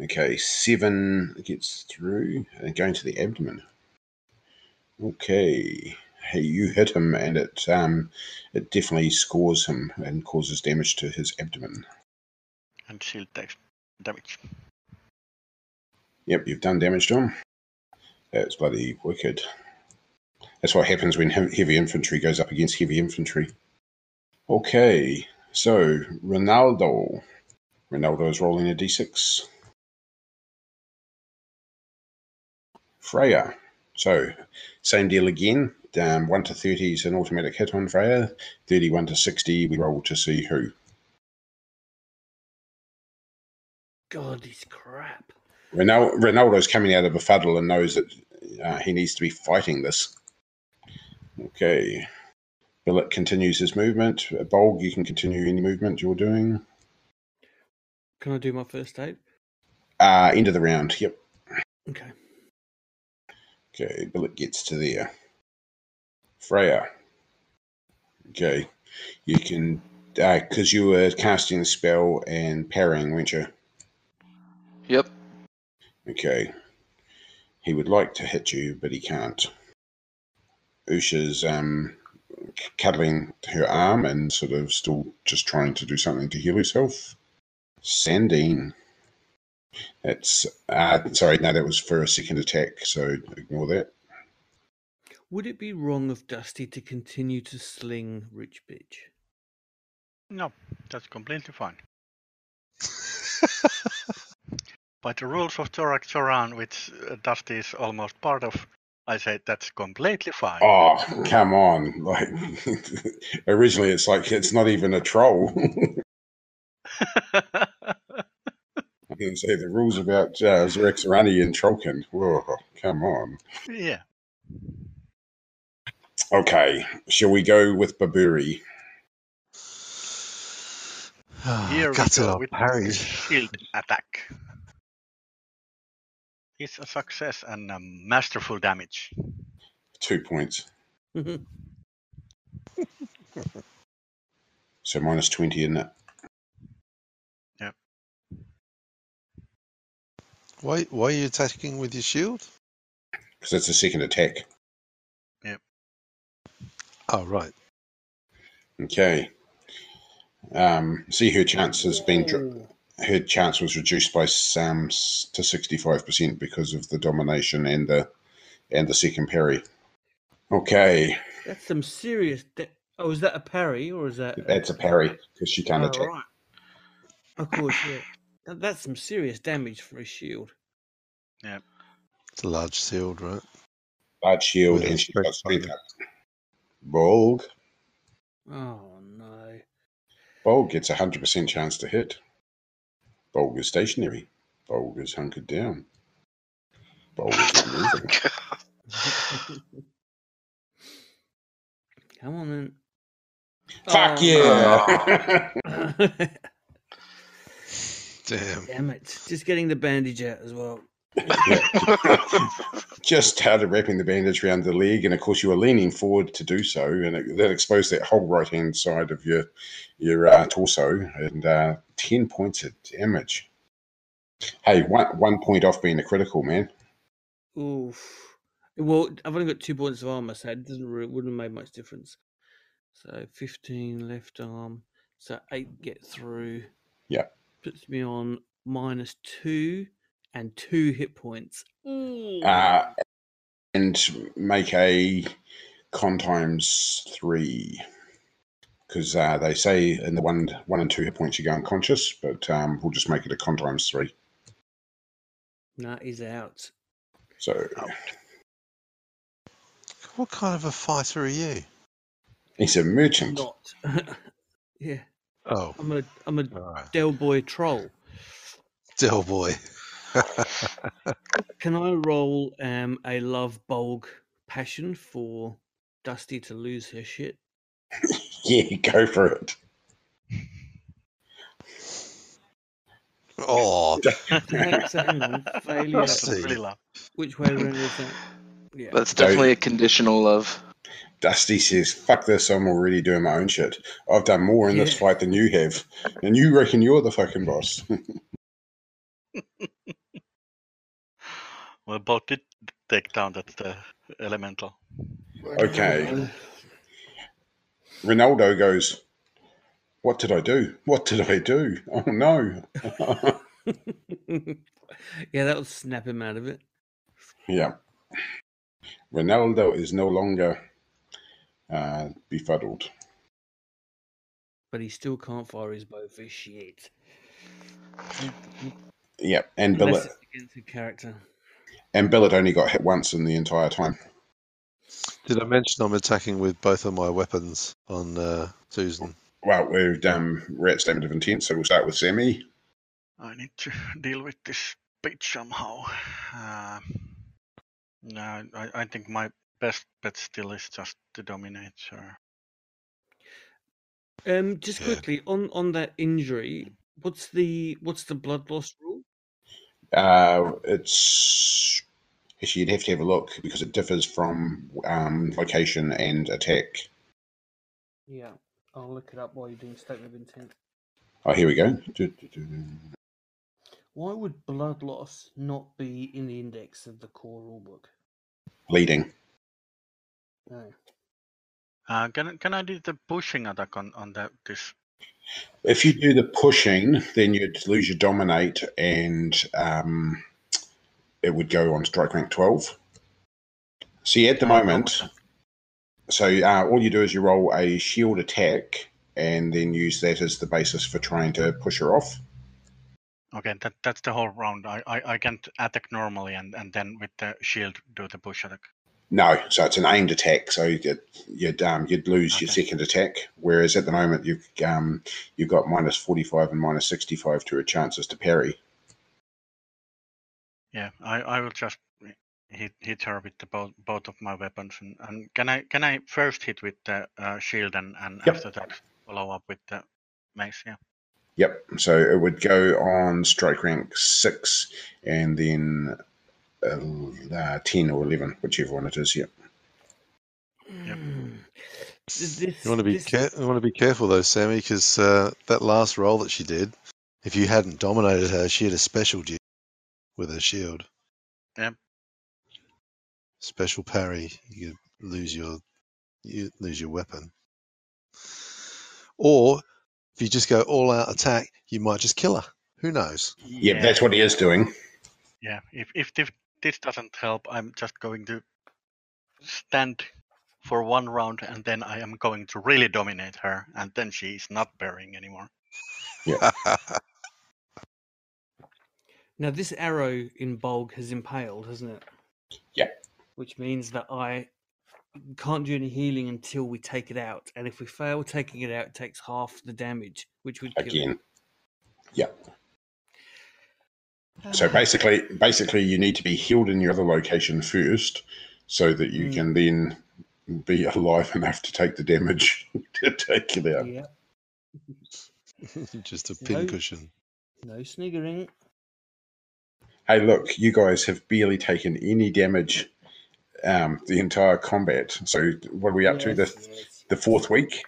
Okay. Seven gets through and going to the abdomen. Okay. Hey, you hit him, and it um, it definitely scores him and causes damage to his abdomen.
And shield takes damage.
Yep, you've done damage to him. That's bloody wicked. That's what happens when he- heavy infantry goes up against heavy infantry. Okay, so Ronaldo. Ronaldo is rolling a d6. Freya. So, same deal again. Um, 1 to 30 is an automatic hit on Freya. 31 to 60, we roll to see who.
God, he's crap.
Ronal- Ronaldo's coming out of a fuddle and knows that uh, he needs to be fighting this. Okay. Billet continues his movement. Bolg, you can continue any movement you're doing.
Can I do my first aid?
Uh, end of the round. Yep.
Okay.
Okay. Billet gets to there. Freya. Okay. You can. Because you were casting the spell and parrying, weren't you?
Yep.
Okay. He would like to hit you, but he can't. Usha's um, c- cuddling her arm and sort of still just trying to do something to heal herself. Sandine. That's. Uh, sorry, no, that was for a second attack, so ignore that.
Would it be wrong of Dusty to continue to sling Rich Bitch?
No, that's completely fine. By the rules of Torak Toran, which uh, Dusty is almost part of, I say that's completely fine.
Oh, come on. Like originally it's like it's not even a troll. I can say the rules about uh, Zerexarani and Trollkin. Whoa, come on.
yeah.
Okay, shall we go with Baburi?
Ah,
Here we
gutted
go
I
with
parried.
shield attack. It's a success and a masterful damage.
Two points. So minus 20 in that.
Why, why are you attacking with your shield?
Because that's a second attack.
Oh, right.
Okay. Um, see, her chance has been. Dr-
Oh. Hmm.
her chance was reduced by Sam s- to 65% because of the domination and the and the second parry. Okay.
That's some serious. De- oh, is that a parry or is that?
That's a parry because she can't
Oh,
attack.
right. Oh, Of course, yeah. That- That's some serious damage for a shield.
It's a large shield, right?
Large shield
With a
and she's
strength
got strength up.
bonus.
Bolg.
Oh no.
Bolg gets a 100% chance to hit. Bolg is stationary. Bolg is hunkered down. Bolg is moving.
Come on then.
Fuck
Oh,
yeah!
no.
Damn.
Damn it. Just getting the bandage out as well.
Just started wrapping the bandage around the leg, and of course you were leaning forward to do so, and it, that exposed that whole right hand side of your your uh, torso, and uh, ten points of damage. Hey, one one point off being a critical man.
Oof. Well, I've only got two points of armor, so it doesn't really, wouldn't have made much difference. So 15 left arm, So eight get through.
Yeah.
Puts me on minus two and two hit points.
Uh, and make a con times three. Because uh, they say in the one one and two hit points you go unconscious, but um, we'll just make it a con times three.
That is out.
So
What kind of a fighter are you?
he's a merchant.
Not. yeah.
Oh,
I'm a I'm a
all right.
Del Boy troll.
Del boy.
Can I roll um a love bulg passion for Dusty to lose her shit?
Yeah, go for it.
oh,
Takes that hang on, failure.
That's
see.
really loud.
Which way around is that? Yeah.
That's
Don't-
definitely a conditional love.
Dusty says, "Fuck this! I'm already doing my own shit. I've done more in this
Yeah.
fight than you have, and you reckon you're the fucking boss."
Well, both did take down that uh, elemental.
Okay. Ronaldo goes, "What did I do? What did I do? Oh no!"
yeah, that'll snap him out of it.
yeah. Ronaldo is no longer uh, befuddled.
But he still can't fire his bow for shit.
Yeah, and
Unless
Billet
it's against a character.
and Billet only got hit once in the entire time.
did I mention I'm attacking with both of my weapons on uh, Susan?
Well, we've um, we're at statement of intent, so we'll start with Sammy.
I need to deal with this bitch somehow. Uh, no, I, I think my best bet still is just to dominate her.
Um, just
Yeah.
quickly on on that injury, what's the what's the blood loss rule?
Uh, it's actually you'd have to have a look because it differs from um, location and attack.
Yeah, I'll look it up while you're doing statement of intent.
Oh, here we go. Du- du- du-
Why would blood loss not be in the index of the core rulebook?
Bleeding.
No.
Uh, can I- can I do the pushing attack on on that this?
If you do the pushing, then you'd lose your dominate, and um, it would go on strike rank twelve. See, at the moment, so uh, all you do is you roll a shield attack, and then use that as the basis for trying to push her off.
Okay, that that's the whole round. I I, I can't attack normally and and then with the shield do the push attack.
No, so it's an aimed attack. So you'd you'd, um, you'd lose your
Okay.
second attack. Whereas at the moment you've um, you've got minus forty five and minus sixty five to your chances to parry.
Yeah, I I will just hit hit her with the both both of my weapons and, and can I can I first hit with the uh, shield and and
Yep.
after that follow up with the mace? Yeah.
Yep. So it would go on strike rank six and then uh, uh, ten or eleven, whichever one it is. Yep.
Mm. Th- This,
You want to be
this-
care- you want to be careful though, Sammy, because uh, that last roll that she did, if you hadn't dominated her, she'd have specialed you with her shield.
Yep.
Special parry, you lose your you lose your weapon. Or if you just go all out attack, you might just kill her. Who knows?
Yep. That's what he is doing.
Yeah, if if this, this doesn't help, I'm just going to stand for one round and then I am going to really dominate her and then she is not bearing anymore.
now this arrow in bulg has impaled, hasn't it?
Yeah.
Which means that I can't do any healing until we take it out, and if we fail taking it out, it takes half the damage, which would kill it.
Again. Yep. So basically, basically, you need to be healed in your other location first, so that you
Mm.
can then be alive enough to take the damage to take it out.
Yeah.
just a
No.
pincushion.
No sniggering.
Hey, look, you guys have barely taken any damage um, the entire combat. So what are we up to the the fourth week?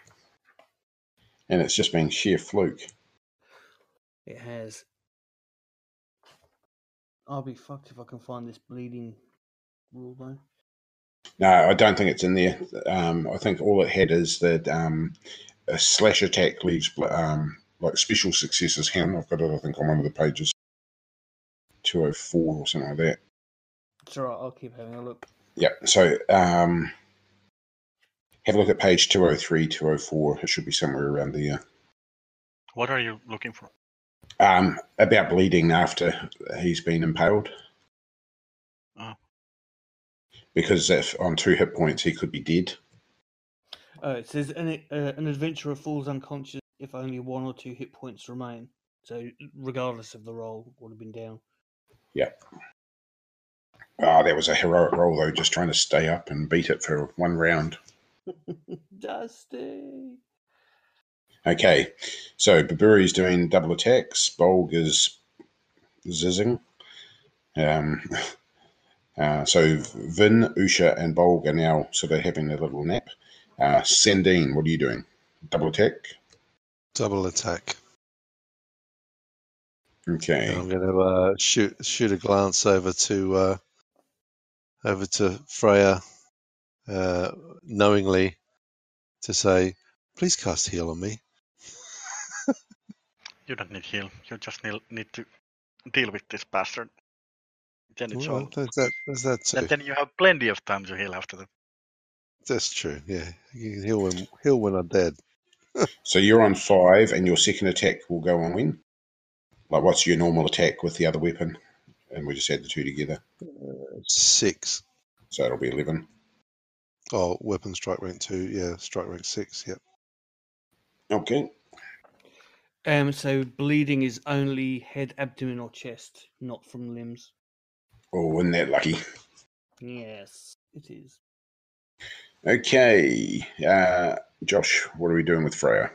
And it's just been sheer fluke.
It has. I'll be fucked if I can find this bleeding rule though.
No, I don't think it's in there. Um, I think all it had is that um, a slash attack leaves bl- um, like special successes hand. I've got it, I think, on one of the pages. 204 or something like that.
It's all right. I'll keep having a look.
Yeah, so um, have a look at page 203, 204. It should be somewhere around there.
What are you looking for?
Um, about bleeding after he's been impaled.
Oh.
Because if on two hit points, he could be dead.
Oh, it says an, uh, an adventurer falls unconscious if only one or two hit points remain. So, regardless of the roll, would have been down.
Ah, that was a heroic roll, though, just trying to stay up and beat it for one round.
Dusty.
Okay, so Baburi's doing double attacks. Bolg is zizzing. Um, uh, so Vin, Usha, and Bolg are now sort of having a little nap. Uh, Sandine, what are you doing? Double attack.
Double attack.
Okay.
And I'm going to uh, shoot shoot a glance over to uh, over to Freya, uh, knowingly, to say, "Please cast heal on me."
You don't need heal. You just need, need to deal with this bastard. Then it's
Well,
all.
there's that. There's that too.
And then you have plenty of time to heal after that.
That's true. Yeah, you can heal when heal when I'm dead.
So you're on five, and your second attack will go on when? Like, what's your normal attack with the other weapon? And we just add the two together.
uh, Six.
So it'll be 11.
Oh, weapon strike rank two. Yeah, strike rank six. Yep.
Okay.
Um, so bleeding is only head, abdomen, or chest, not from limbs.
Oh, isn't that lucky?
Yes, it is.
Okay. Uh, Josh, what are we doing with Freya?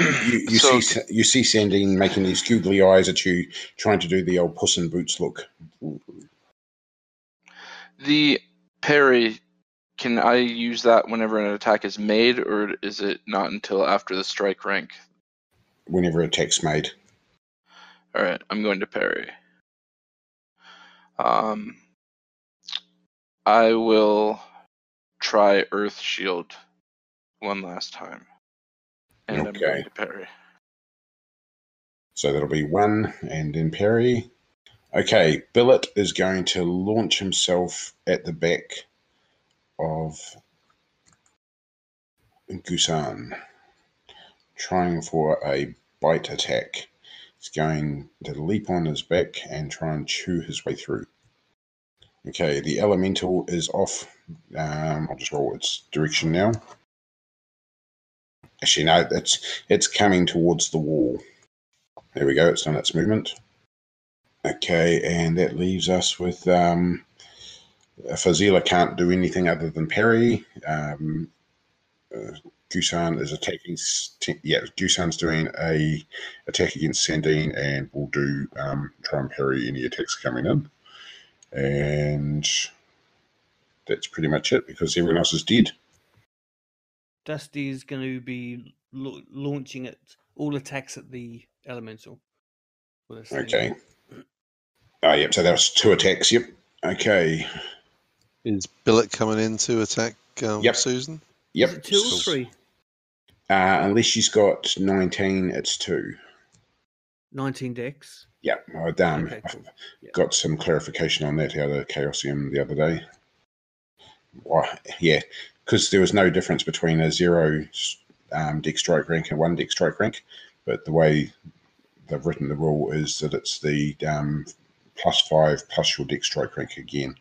You, you
So-
see, you see Sandine making these googly eyes at you, trying to do the old Puss in Boots look.
The parry, can I use that whenever an attack is made, or is it not until after the strike rank?
Whenever attack's made,
All right, I'm going to parry. Um, I will try Earth Shield one last time, and I'm
Okay.
going to parry.
so that'll be one, and then parry. Okay, Billet is going to launch himself at the back of Gusan, trying for a bite attack. He's going to leap on his back and try and chew his way through. Okay, the elemental is off. Um, I'll just roll its direction now. Actually, no, it's it's coming towards the wall. There we go. It's done its movement. Okay, and that leaves us with um, Fazila can't do anything other than parry. Um, uh, Gusan is attacking. s- t- Yeah, Gusan's doing a attack against Sandine, and will do um, try and parry any attacks coming in. And that's pretty much it because everyone else is dead.
Dusty is going to be lau- launching at all attacks at the elemental. Well, that's the-
Okay. Oh, yep. So that was two attacks. Yep. Okay.
Is Billet coming in to attack um,
Yep.
Susan?
Yep.
Is it two or
S-
three?
Uh, unless she's got 19, it's two.
Nineteen decks.
Yep. I damn.
Okay,
I
cool.
got some clarification on that out of Chaosium the other day. Why? Yeah. Because there was no difference between a zero um, deck strike rank and one deck strike rank. But the way they've written the rule is that it's the um, plus five plus your deck strike rank again.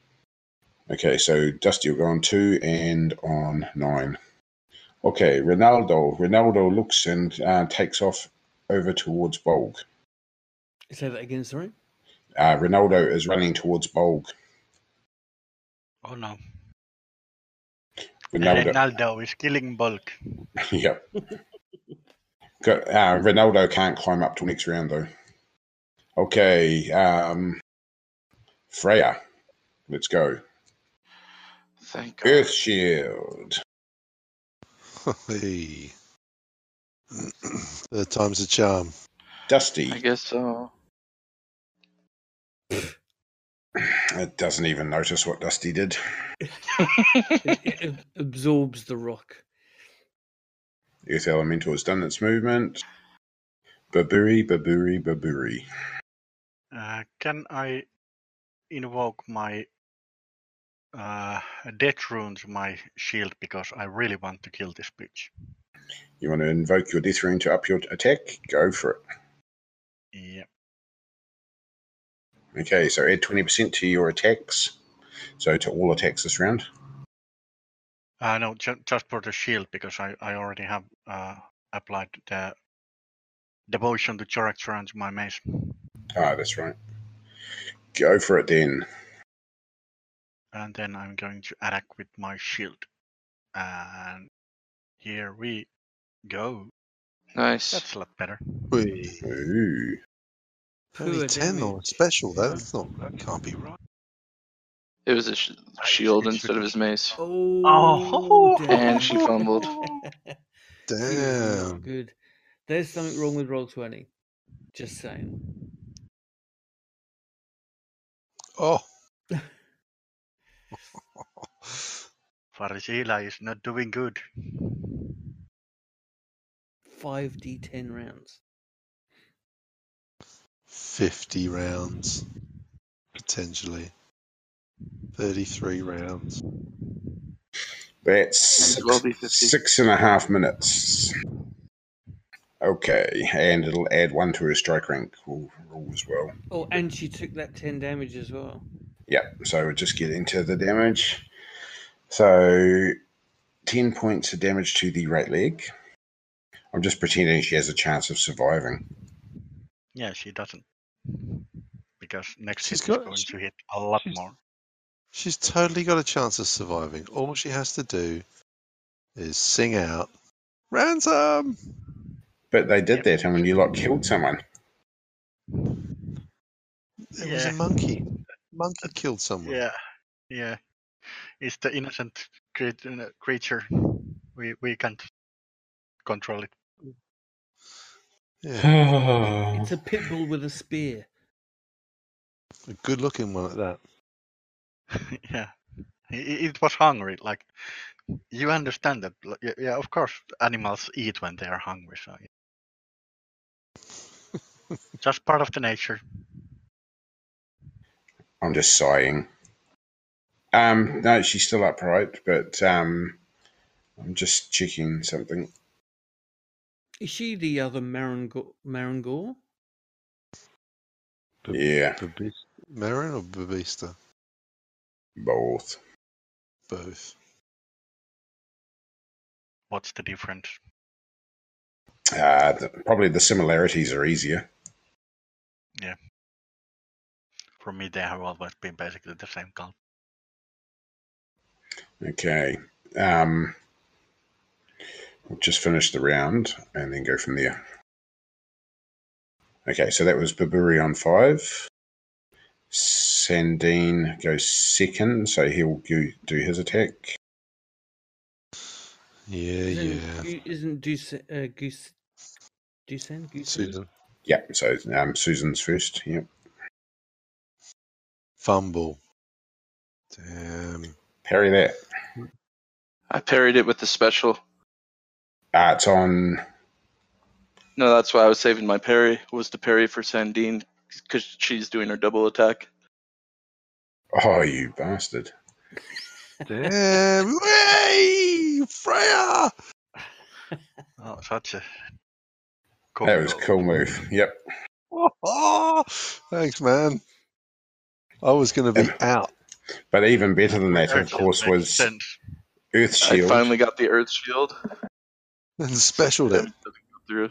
Okay, so Dusty will go on two and on nine. Okay, Ronaldo. Ronaldo looks and uh, takes off over towards Bolg.
Say that again, sorry.
Uh, Ronaldo is running towards Bolg.
Oh no.
Ronaldo,
Ronaldo is killing bulk.
yep. Go- uh, Ronaldo can't climb up till next round though. Okay, um, Freya, let's go.
Thank God.
Earth Shield.
Hey. Third time's a charm.
Dusty.
I guess so.
It doesn't even notice what Dusty did.
It, it ab- absorbs the rock.
Earth Elemental has done its movement. Baburi, Baburi, Baburi.
Uh, can I invoke my uh, death rune to my shield because I really want to kill this bitch?
You want to invoke your death rune to up your attack? Go for it.
Yeah.
Okay, so add 20% to your attacks. So to all attacks this round.
Uh, no, ju- just for the shield because I, I already have uh, applied the devotion to character and to my mace.
Ah, that's right. Go for it then.
And then I'm going to attack with my shield. And here we go.
Nice.
That's a lot better.
Whee.
Ooh.
Only
Poor
10 on
damage.
special, though. That's not, can't be right.
It was a sh- shield instead of his mace.
Oh,
And she fumbled.
She is
Damn.
not good. There's something wrong with roll twenty. Just saying.
Oh.
Farzila is not doing good.
Five d ten rounds.
50 rounds, potentially. 33 rounds.
That's
Might as well be
six,
50.
six and a half minutes. Okay, and it'll add one to her strike rank rule rule as well.
Oh, and she took that ten damage as well.
Yep, so we'll just get into the damage. So 10 points of damage to the right leg. I'm just pretending she has a chance of surviving.
Yeah, she doesn't. Because next
She's
hit
got-
is going to hit a lot
she's-
more.
She's totally got a chance of surviving. All she has to do is sing out, Ransom!
But they did that, and when you lot killed someone,
It was
Yeah.
a monkey. Monkey killed someone.
Yeah, yeah. It's the innocent crea- uh, creature. We we can't control it.
Yeah,
it's
It's a pit bull with a spear.
a good looking one at that.
yeah, it, it was hungry. Like you understand that. like, yeah, yeah, of course, animals eat when they are hungry. So yeah. just part of the nature.
I'm just sighing. Um, no, she's still upright, but um, I'm just checking something.
Is she the other Marangor? Marangor?
Yeah,
Babis- Marin or Babista?
both.
Both.
What's the difference?
Uh, th- probably the similarities are easier.
For me, they have always been basically the same cult.
Okay. Um, we'll just finish the round and then go from there. Okay, so that was Baburi on five. Sandine goes second, so he'll do, do his attack.
Yeah,
Isn't,
Uh, yeah.
Gu- isn't Goose uh, Goose Goosen? Goosen?
Susan.
Yeah, so um, Susan's first. Yep.
Fumble. Damn.
Parry that.
I parried it with the special.
Uh, it's on.
No, that's why I was saving my parry, was to parry for Sandine, because she's doing her double attack.
Oh, you bastard.
Damn. Way! Freya!
Oh, such a cool.
That was a
goal.
cool move. Yep.
Oh, thanks, man. I was going to be out.
But even better than that, of
Actually,
course,
makes
was
sense.
Earth
I
Shield.
finally got the Earth Shield.
And specialed
Damage
it.
doesn't go through.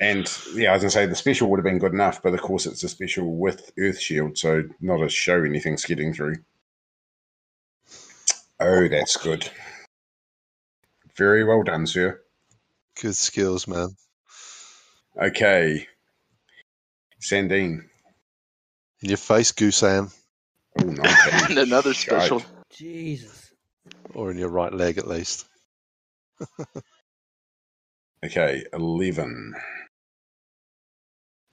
And yeah, I was going to say the special would have been good enough, but of course, it's a special with Earth Shield, so not a show anything skidding through. Oh, that's good. Very well done, sir.
Good skills, man.
Okay. Sandine.
In your face, Goosan.
Oh, 19.
And another
Shite.
special.
Jesus.
Or in your right leg, at least.
Okay, 11.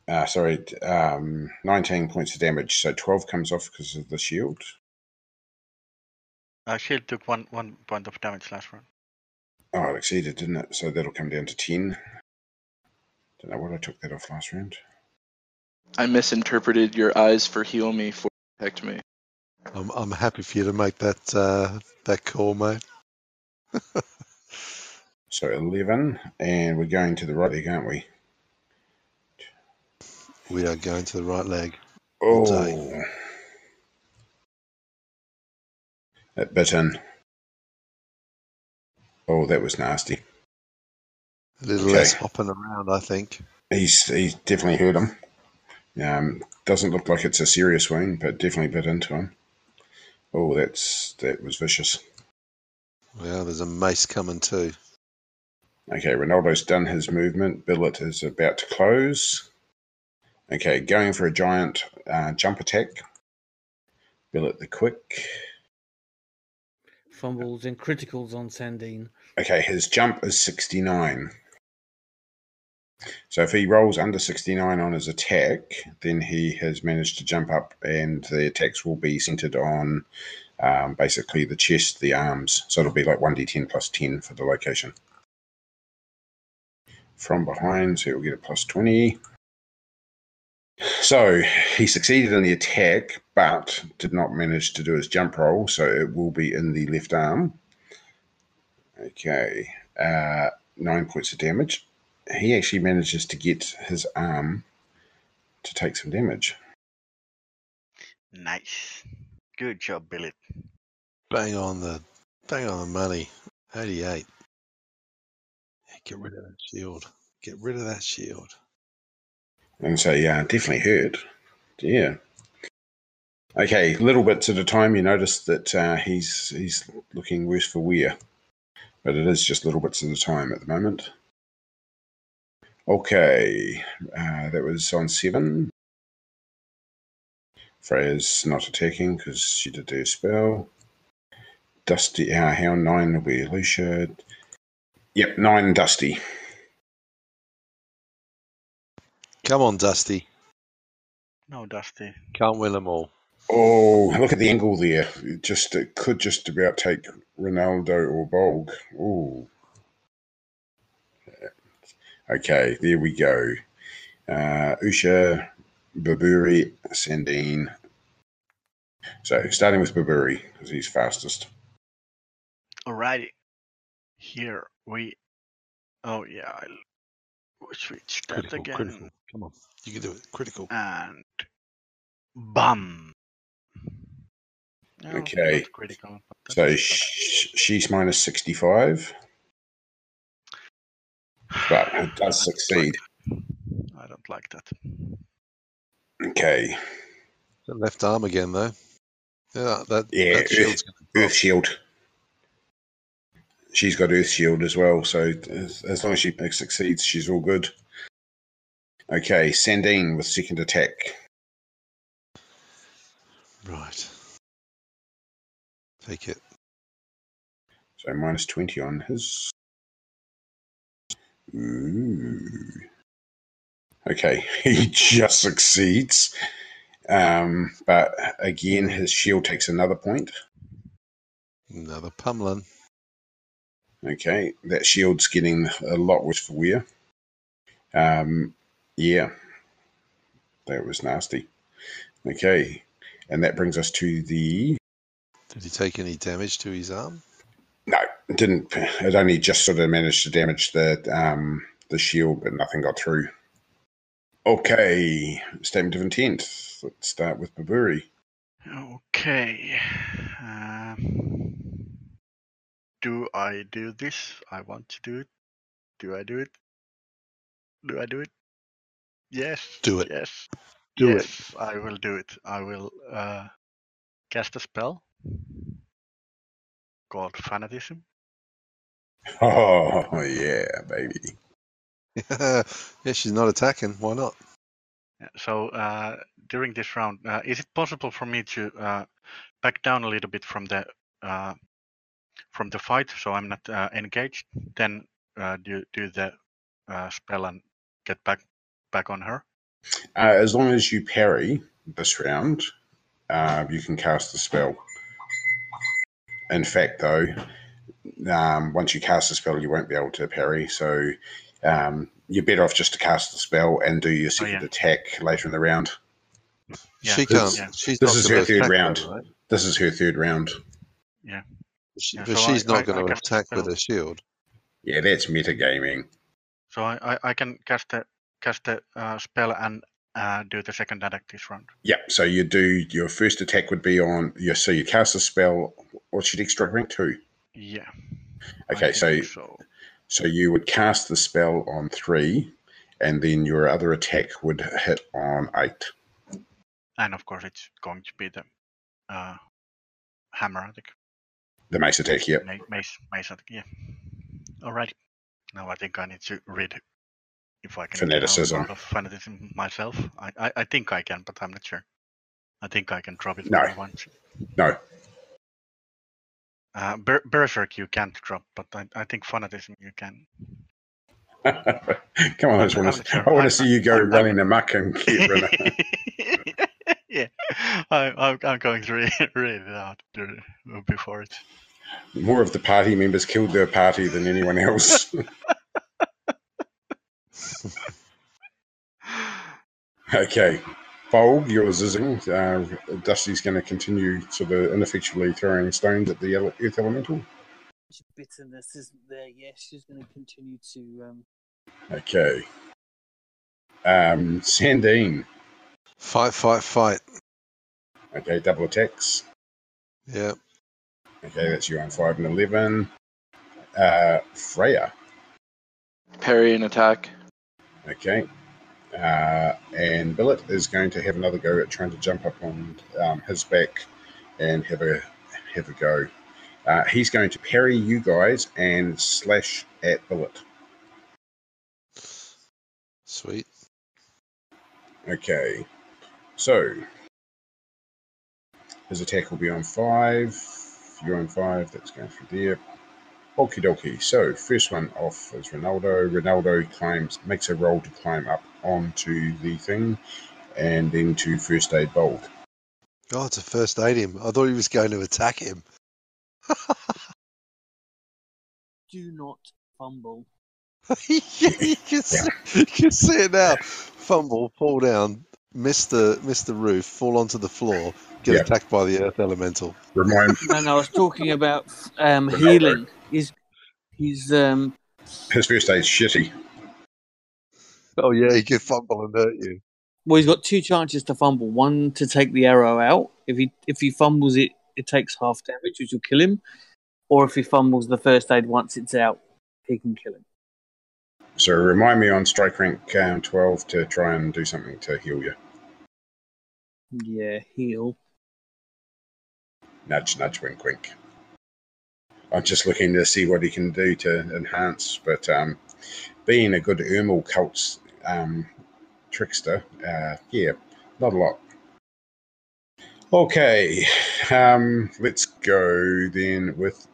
Uh, sorry, um, 19 points of damage. So 12 comes off because of the shield.
Uh, shield took one one point of damage last round.
Oh, it exceeded, didn't it? So that'll come down to 10. Don't know what I took that off last round.
I misinterpreted your eyes for heal me for protect me.
I'm, I'm happy for you to make that uh, that call, mate.
So 11, and we're going to the right leg, aren't we?
We are going to the right leg. All day.
Oh. That bit in. Oh, that was nasty.
A little
Okay.
less hopping around, I think.
He's he's definitely hurt him. Um, doesn't look like it's a serious wound, but definitely bit into him. Oh, that's that was vicious.
Well, there's a mace coming too.
Okay, Ronaldo's done his movement. Billet is about to close. Okay, going for a giant uh, jump attack. Billet the quick.
Fumbles and criticals on Sandine.
Okay, his jump is 69. So if he rolls under 69 on his attack, then he has managed to jump up, and the attacks will be centered on um, basically the chest, the arms. So it'll be like 1d10 plus 10 for the location. From behind, so he'll get a plus 20. So he succeeded in the attack, but did not manage to do his jump roll, so it will be in the left arm. Okay, uh, nine points of damage. He actually manages to get his arm to take some damage.
Nice. Good job, Billy.
Bang on the bang on the money. 88. Get rid of that shield. Get rid of that shield.
And so, yeah, definitely hurt. Yeah. Okay, little bits at a time. You notice that uh, he's he's looking worse for wear, but it is just little bits at a time at the moment. Okay, uh, that was on seven. Freya's not attacking because she did her spell. Dusty, uh, Hound nine will be Lucia. Yep, nine Dusty.
Come on, Dusty.
No, Dusty.
Can't win them all.
Oh, look at the angle there. It just it could just about take Ronaldo or Bolg. Oh. Okay, there we go. Uh, Usha, Baburi, Sandine. So starting with Baburi because he's fastest.
Alrighty. Here we. Oh, yeah. I'll switch that
Critical,
again.
critical. Come on. You can do it. Critical.
And. Bum. No, not
Okay.
critical, but that
So
is
sh- she's minus sixty-five,
not-
but it
I don't
does succeed.
like- I don't like that.
Okay.
That left arm again, though. Yeah, that,
Yeah,
that shield's going to
Earth Shield. She's got Earth Shield as well, so as, as long as she succeeds, she's all good. Okay, Sandine with second attack.
Right. Take it.
So minus 20 on his. Ooh. Okay, he just succeeds. Um, but again, his shield takes another point.
Another pummelin.
Okay, that shield's getting a lot worse for wear. Um, yeah, that was nasty. Okay, and that brings us to the
Did he take any damage to his arm?
No, it didn't. It only just sort of managed to damage the um, the shield, but nothing got through. Okay, statement of intent. Let's start with Baburi.
Okay. Um, do I do this? I want to do it. Do I do it? Do I do it? Yes.
Do it.
Yes.
Do it.
yes, I will do it. I will uh, cast a spell called Fanatism.
Oh yeah, baby.
yeah, she's not attacking. Why not?
Yeah, So uh, during this round, uh, is it possible for me to uh, back down a little bit from the uh, from the fight, so I'm not uh, engaged? Then uh, do do the uh, spell and get back back on her.
Uh, as long as you parry this round, uh, you can cast the spell. In fact, though, um, once you cast the spell, you won't be able to parry. So um, you're better off just to cast the spell and do your second
yeah.
attack later in the round.
Yeah,
she
this-
can't.
yeah.
She's
this
not
is
gonna
her third
attack,
round.
though, right?
This is her third round.
She-
Yeah,
but
so
she's
I- I-
not
I
going to
cast
attack with
spell.
her shield.
Yeah, that's metagaming.
So I, I, I can cast the cast the uh, spell and uh, do the second attack this round.
Yeah, so you do your first attack would be on your so you cast a spell. What's your dex strike rank two?
Yeah. I
Okay, so
think so
so you would cast the spell on three, and then your other attack would hit on eight.
and of course it's going to be the uh, hammer attack,
The mace attack. Yep.
ma- mace mace attack. Yeah. Alright. Now I think I need to read if I can
Fanaticism.
get out of fanaticism myself. I, I, I think I can, but I'm not sure. I think I can drop it
No.
when I want to.
No.
Uh, Ber- Berserk you can't drop, but I, I think Fanatism you can.
Come on, I just want
I'm
to.
sure.
I want
I'm-
to see you go
I'm- I'm-
running amok and get rid of.
yeah, I, I'm, I'm going to read, read it out dur- before it.
More of the party members killed their party than anyone else. okay, Bulb, you're zizzing. Uh, Dusty's going to continue sort of ineffectually throwing stones at the ele- earth elemental.
Much bitterness isn't there. Yes, she's going to continue to. Um,
Okay. Um, Sandine.
Fight, fight, fight.
Okay, double attacks.
Yeah.
Okay, that's you on five and eleven. Uh, Freya.
Parry and attack.
Okay. Uh, and Billet is going to have another go at trying to jump up on um, his back and have a have a go. Uh, he's going to parry you guys and slash at Billet.
Sweet.
Okay. So his attack will be on five. You're on five. That's going through there. Okie dokie. So first one off is Ronaldo. Ronaldo climbs, makes a roll to climb up onto the thing, and then to first aid bolt.
God, Oh, to first aid him. I thought he was going to attack him.
do not fumble.
yeah, you can, see, you can see it now. Fumble, fall down, miss the miss the roof, fall onto the floor, get
Yeah.
attacked by the earth elemental.
Remind
No, no, I was talking about um, healing. He's he's um,
his first aid's shitty.
Oh yeah, he could fumble and hurt you.
well, he's got two chances to fumble. One to take the arrow out. If he if he fumbles it, it takes half damage, which will kill him. Or if he fumbles the first aid once it's out, he can kill him.
So remind me on strike rank um, twelve to try and do something to heal you.
Yeah, heal.
Nudge, nudge, wink, wink. I'm just looking to see what he can do to enhance, but um, being a good Ermal cults um, trickster, uh, yeah, not a lot. Okay, um, let's go then with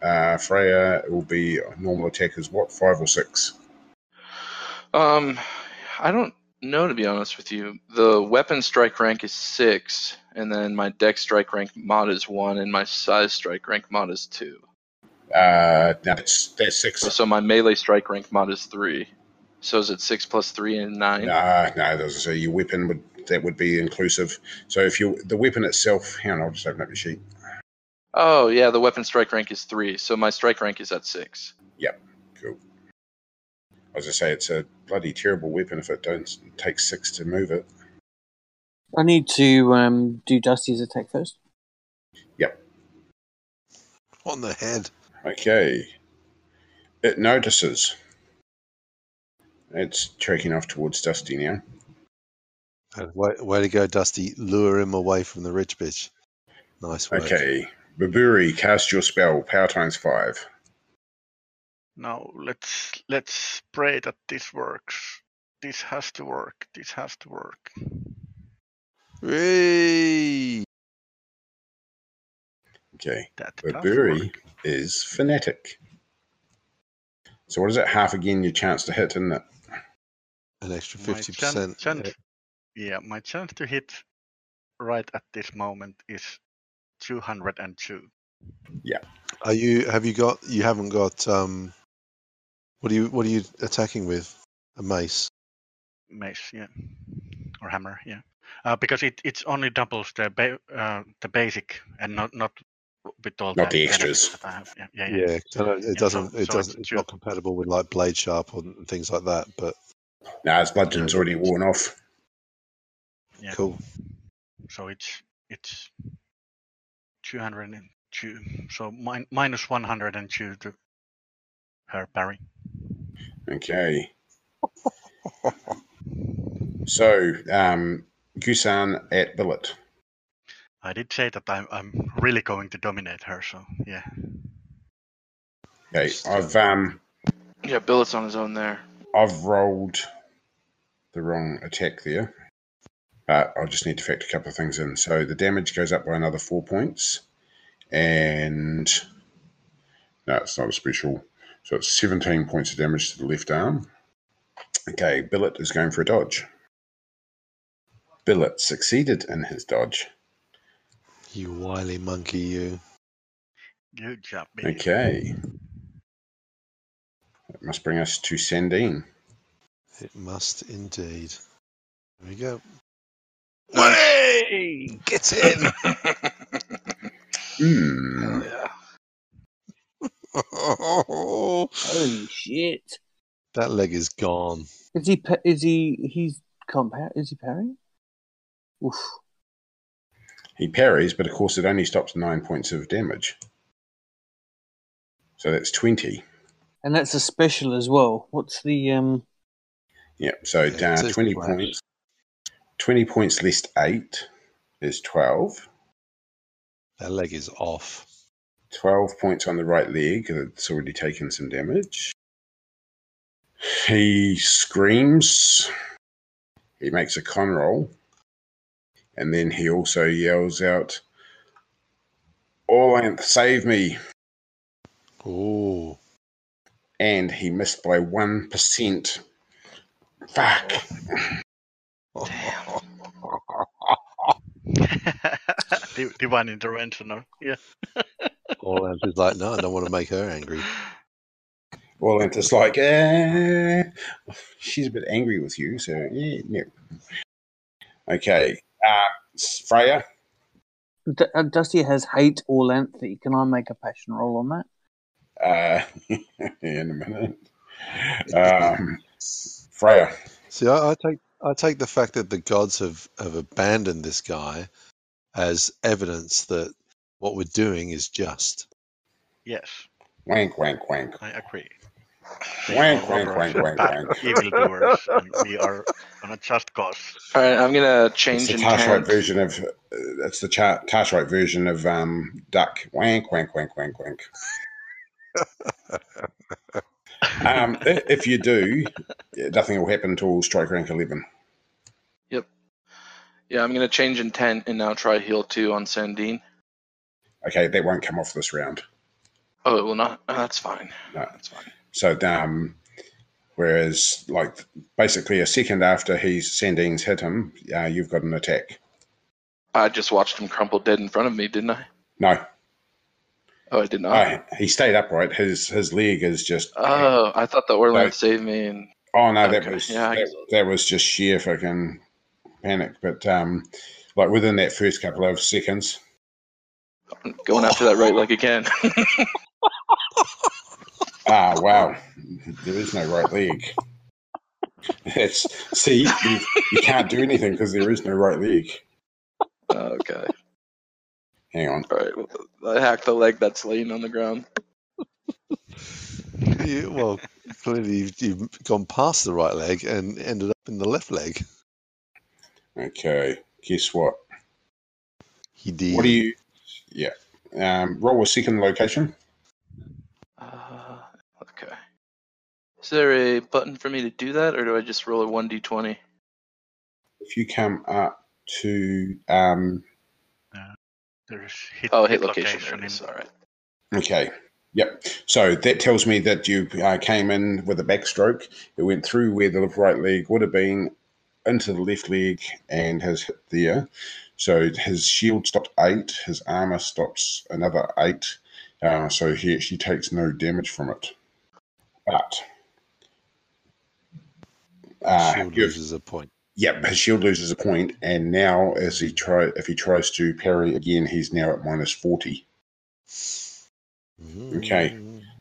uh, Freya. It will be normal attackers. What five or six?
Um, I don't know to be honest with you. The weapon strike rank is six, and then my deck strike rank mod is one, and my size strike rank mod is two.
Uh, no, that's that's
So,
six.
so my melee strike rank mod is three. So is it six plus three and nine?
No, no. So your weapon would that would be inclusive. So if you the weapon itself, hang on, I'll just open up the sheet.
Oh yeah, the weapon strike rank is three, so my strike rank is at six.
Cool. As I say, it's a bloody terrible weapon if it don't take six to move it.
I need to um, do Dusty's attack first.
On the head.
Okay. It notices. It's tracking off towards Dusty now.
And way, way to go, Dusty. Lure him away from the rich bitch. Nice work.
Okay. Baburi, cast your spell. Power times five.
Now let's let's pray that this works. This has to work. This has to work.
Whee!
Okay.
That does
Baburi
work.
is fanatic. So what is it? Half again your chance to hit, isn't it?
An extra
My
fifty
chan-
percent.
chance, yeah, my chance to hit right at this moment is 202.
Are you? Have you got? You haven't got. Um, what are you? What are you attacking with? A mace.
mace, yeah, or hammer, yeah, uh, because it, it's only doubles the ba- uh, the basic and not not with all
Not the
benefits
extras.
that I have. Yeah, yeah, yeah.
Yeah, 'cause I know it doesn't.
so-
it
so
doesn't.
it's
It's
two.
not compatible with like blade sharp or and things like that. But
Nah, his bludgeon's already worn off.
yeah.
cool.
So it's it's two hundred and two. So min- minus one hundred and two to her parry.
Okay. So, um, Gusan at billet.
I did say that I'm I'm really going to dominate her. So yeah,
Okay, I've um,
Yeah, Billet's on his own there.
I've rolled the wrong attack there. Uh, I just need to factor a couple of things in. So the damage goes up by another four points, and no, it's not a special. So it's seventeen points of damage to the left arm. Okay, Billet is going for a dodge. Billet succeeded in his dodge.
You wily monkey, you.
good job, baby.
Okay. That must bring us to Sandine.
It must indeed. There we go.
Nice.
Get in.
Hmm.
yeah.
Holy shit!
that leg is gone.
Is he? pa- Is he? He's can't par- Is he parrying? Oof.
He parries, but of course it only stops nine points of damage. So that's 20.
And that's a special as well. What's the um?
Yep, so
Yeah,
down
it's a
20
splash.
points. 20 points less 8 is 12.
That leg is off.
12 points on the right leg. It's already taken some damage. He screams. He makes a con roll. And then he also yells out, Orlanth, save me!
Oh,
And he missed by 1%. Fuck!
Di- Divine intervention, or yeah.
Orland is like, no, I don't want to make her angry.
Orlanth is like, eh. She's a bit angry with you, so yeah, no. Okay. Uh, Freya,
D- uh, Dusty has hate or lengthy. Can I make a passion roll on that?
uh, in a minute. Um, Freya,
See, I, I take I take the fact that the gods have have abandoned this guy as evidence that what we're doing is just.
Yes,
wank, wank, wank.
I agree.
Wank, wank,
are
wank,
robbers,
wank,
bad
wank.
evildoers, and we are on a just cause.
All right, I'm gonna
It's
change
the Tarshite
intent.
version of. Uh, that's the cha- Tarshite version of um, duck. Wank, wank, wank, wank, wank. Um, i- if you do, nothing will happen till strike rank eleven.
Yeah, I'm gonna change intent and now try heal two on Sandine.
Okay, that won't come off this round.
Oh, it will not. Oh, that's fine.
No.
That's fine.
So, um, whereas, like, basically a second after he's Sandine's hit him, uh, you've got an attack.
I just watched him crumple dead in front of me, didn't I?
No,
Oh, I did not.
no, he stayed upright. His his leg is just.
Oh, I thought the Orland
Right.
saved me. And
Oh no, that
Okay,
was
yeah, I
that,
guess-
that was just sheer fucking panic. But um, like within that first couple of seconds,
going after that right leg again.
ah wow, there is no right leg. That's see, you, you can't do anything because there is no right leg.
okay.
Hang on,
All right. well, I hacked the leg that's laying on the ground.
You, well, clearly you've, you've gone past the right leg and ended up in the left leg.
okay, guess what?
He did.
What do you? Yeah, um, roll a second location.
Uh, okay. Is there a button for me to do that, or do I just roll a one d twenty?
If you come up to um,
There's hit,
Oh, hit location. there it is,
in
All right.
Okay. Yep. So that tells me that you uh, came in with a backstroke. It went through where the right leg would have been, into the left leg, and has hit there. So his shield stopped eight, his armor stops another eight, uh, so he actually takes no damage from it. But uh,
Shield
give-
loses a point.
Yep, his shield loses a point, and now as he try if he tries to parry again, he's now at minus forty. Okay.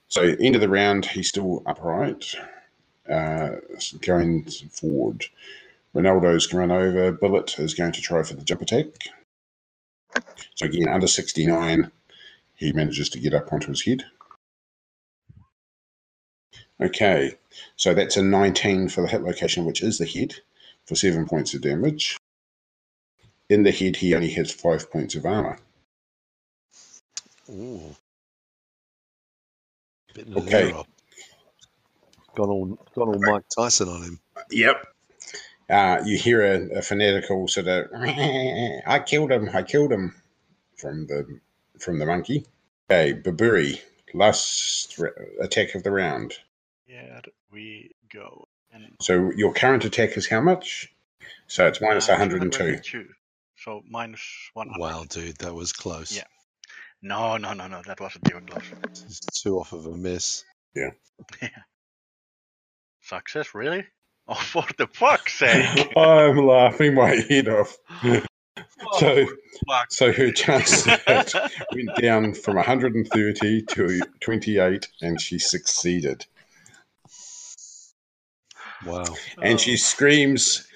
So end of the round, he's still upright, uh, going forward. Ronaldo's run over. Billet is going to try for the jump attack. So again, under sixty-nine, he manages to get up onto his head. Okay, so that's a nineteen for the hit location, which is the head for seven points of damage. In the head, he only has five points of armor.
Ooh. Bit
Okay.
okay. Gone all, gone all Mike Tyson on him.
Yep. Uh, you hear a, a fanatical sort of "I killed him, I killed him" from the from the monkey. Okay, Baburi, last r- attack of the round.
Here we go. And,
So your current attack is how much? So it's minus
uh,
102.
102. So minus 100.
Wow, dude, that was close.
Yeah. No, no, no, no. That wasn't even close.
Just two off of a miss.
Success, really? Oh, for the fuck's sake!
I'm laughing my head off. So,
Fuck.
so her chance to hit went down from 130 to 28, and she succeeded.
Wow.
And she screams,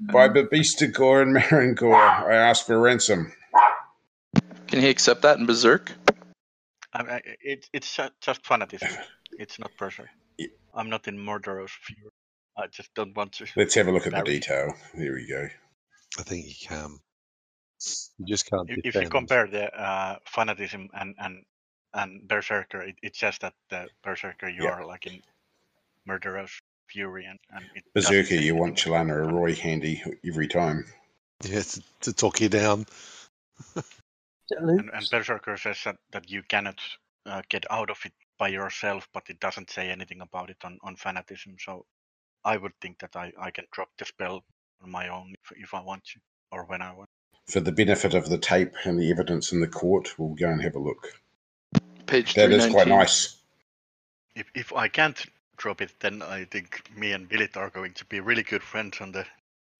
By Babista Gore and Marin Gore, I ask for ransom.
Can he accept that in Berserk?
I, I, it, it's ju- just fanatism. It's not personal.
Yeah.
I'm not in murderous fear. I just don't want to.
Let's have a look at the
Barry.
detail. There we go.
I think you can. You just can't.
If, if you
defend.
compare the uh, fanatism and and and berserker, it, it's just that the berserker you
Yeah.
are like in murderous fury and, and it doesn't
Berserker,
say
you want
anything.
Chalana or Roy handy every time.
Yeah, to, to talk you down.
And, and berserker says that, that you cannot uh, get out of it by yourself, but it doesn't say anything about it on, on fanatism. So I would think that I, I can drop the spell on my own if, if I want to or when I want.
For the benefit of the tape and the evidence in the court, we'll go and have a look.
Page
That is quite
319.
nice.
If if I can't drop it, then I think me and Billet are going to be really good friends on the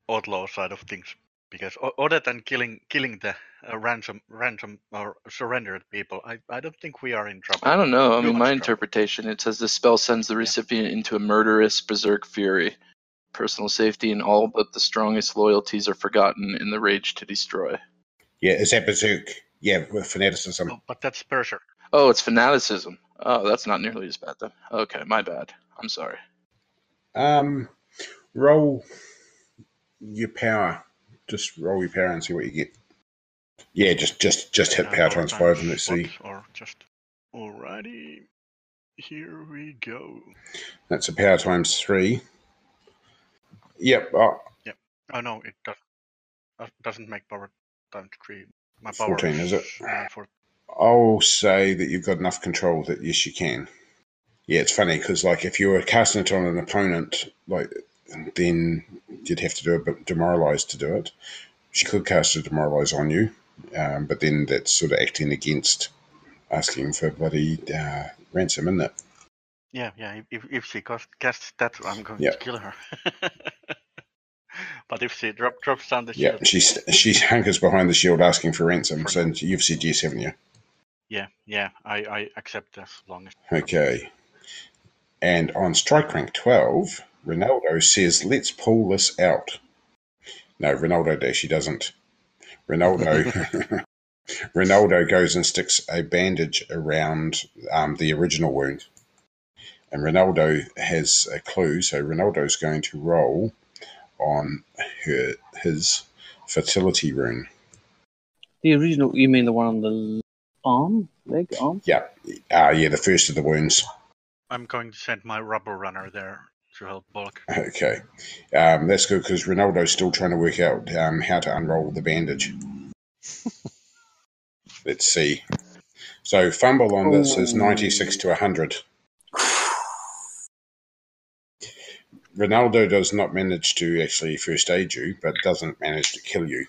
outlaw side of things. Because o- other than killing killing the uh, ransom ransom or surrendered people, I, I don't think we are in trouble.
I don't know. I
Too much
mean, my
trouble.
interpretation it says the spell sends the recipient into a murderous berserk fury. Personal safety and all but the strongest loyalties are forgotten in the rage to destroy.
Yeah, is that Berserk? Yeah, with fanaticism.
Oh, but that's Berserk.
Oh, it's fanaticism. Oh, that's not nearly as bad then. Okay, my bad. I'm sorry.
Um, roll your power. Just roll your power and see what you get. Yeah, just just just hit
Uh,
power
or
times
times
five and let's
what,
see.
Or just alrighty. Here we go.
That's a power times three. Yep. Oh,
Oh no, it does, uh, doesn't make power times three. My power
14, is it?
uh, for
I'll say that you've got enough control that yes, you can. Yeah, it's funny because like if you were casting it on an opponent, like then you'd have to do a bit demoralize to do it. She could cast a demoralize on you, um, but then that's sort of acting against asking for bloody uh, ransom, isn't it?
Yeah, yeah. if- If if she cast, casts that, I'm going
Yeah.
to kill her. but if she drop, drops down the
Yeah,
shield,
she's she hunkers behind the shield asking for ransom, so you've said yes, haven't you?
yeah, yeah, I, I accept as long as.
Okay. And on strike rank 12, Ronaldo says, let's pull this out. No, Ronaldo actually doesn't. Ronaldo Ronaldo goes and sticks a bandage around um, the original wound. And Ronaldo has a clue, so Ronaldo's going to roll on her his fertility rune.
The original, you mean the one on the l- arm, leg, arm?
Yeah. Uh, yeah, the first of the wounds.
I'm going to send my rubber runner there to help Bulk.
Okay. Um, that's good because Ronaldo's still trying to work out um, how to unroll the bandage. Let's see. So fumble on this is 96 to 100. Ronaldo does not manage to actually first aid you, but doesn't manage to kill you.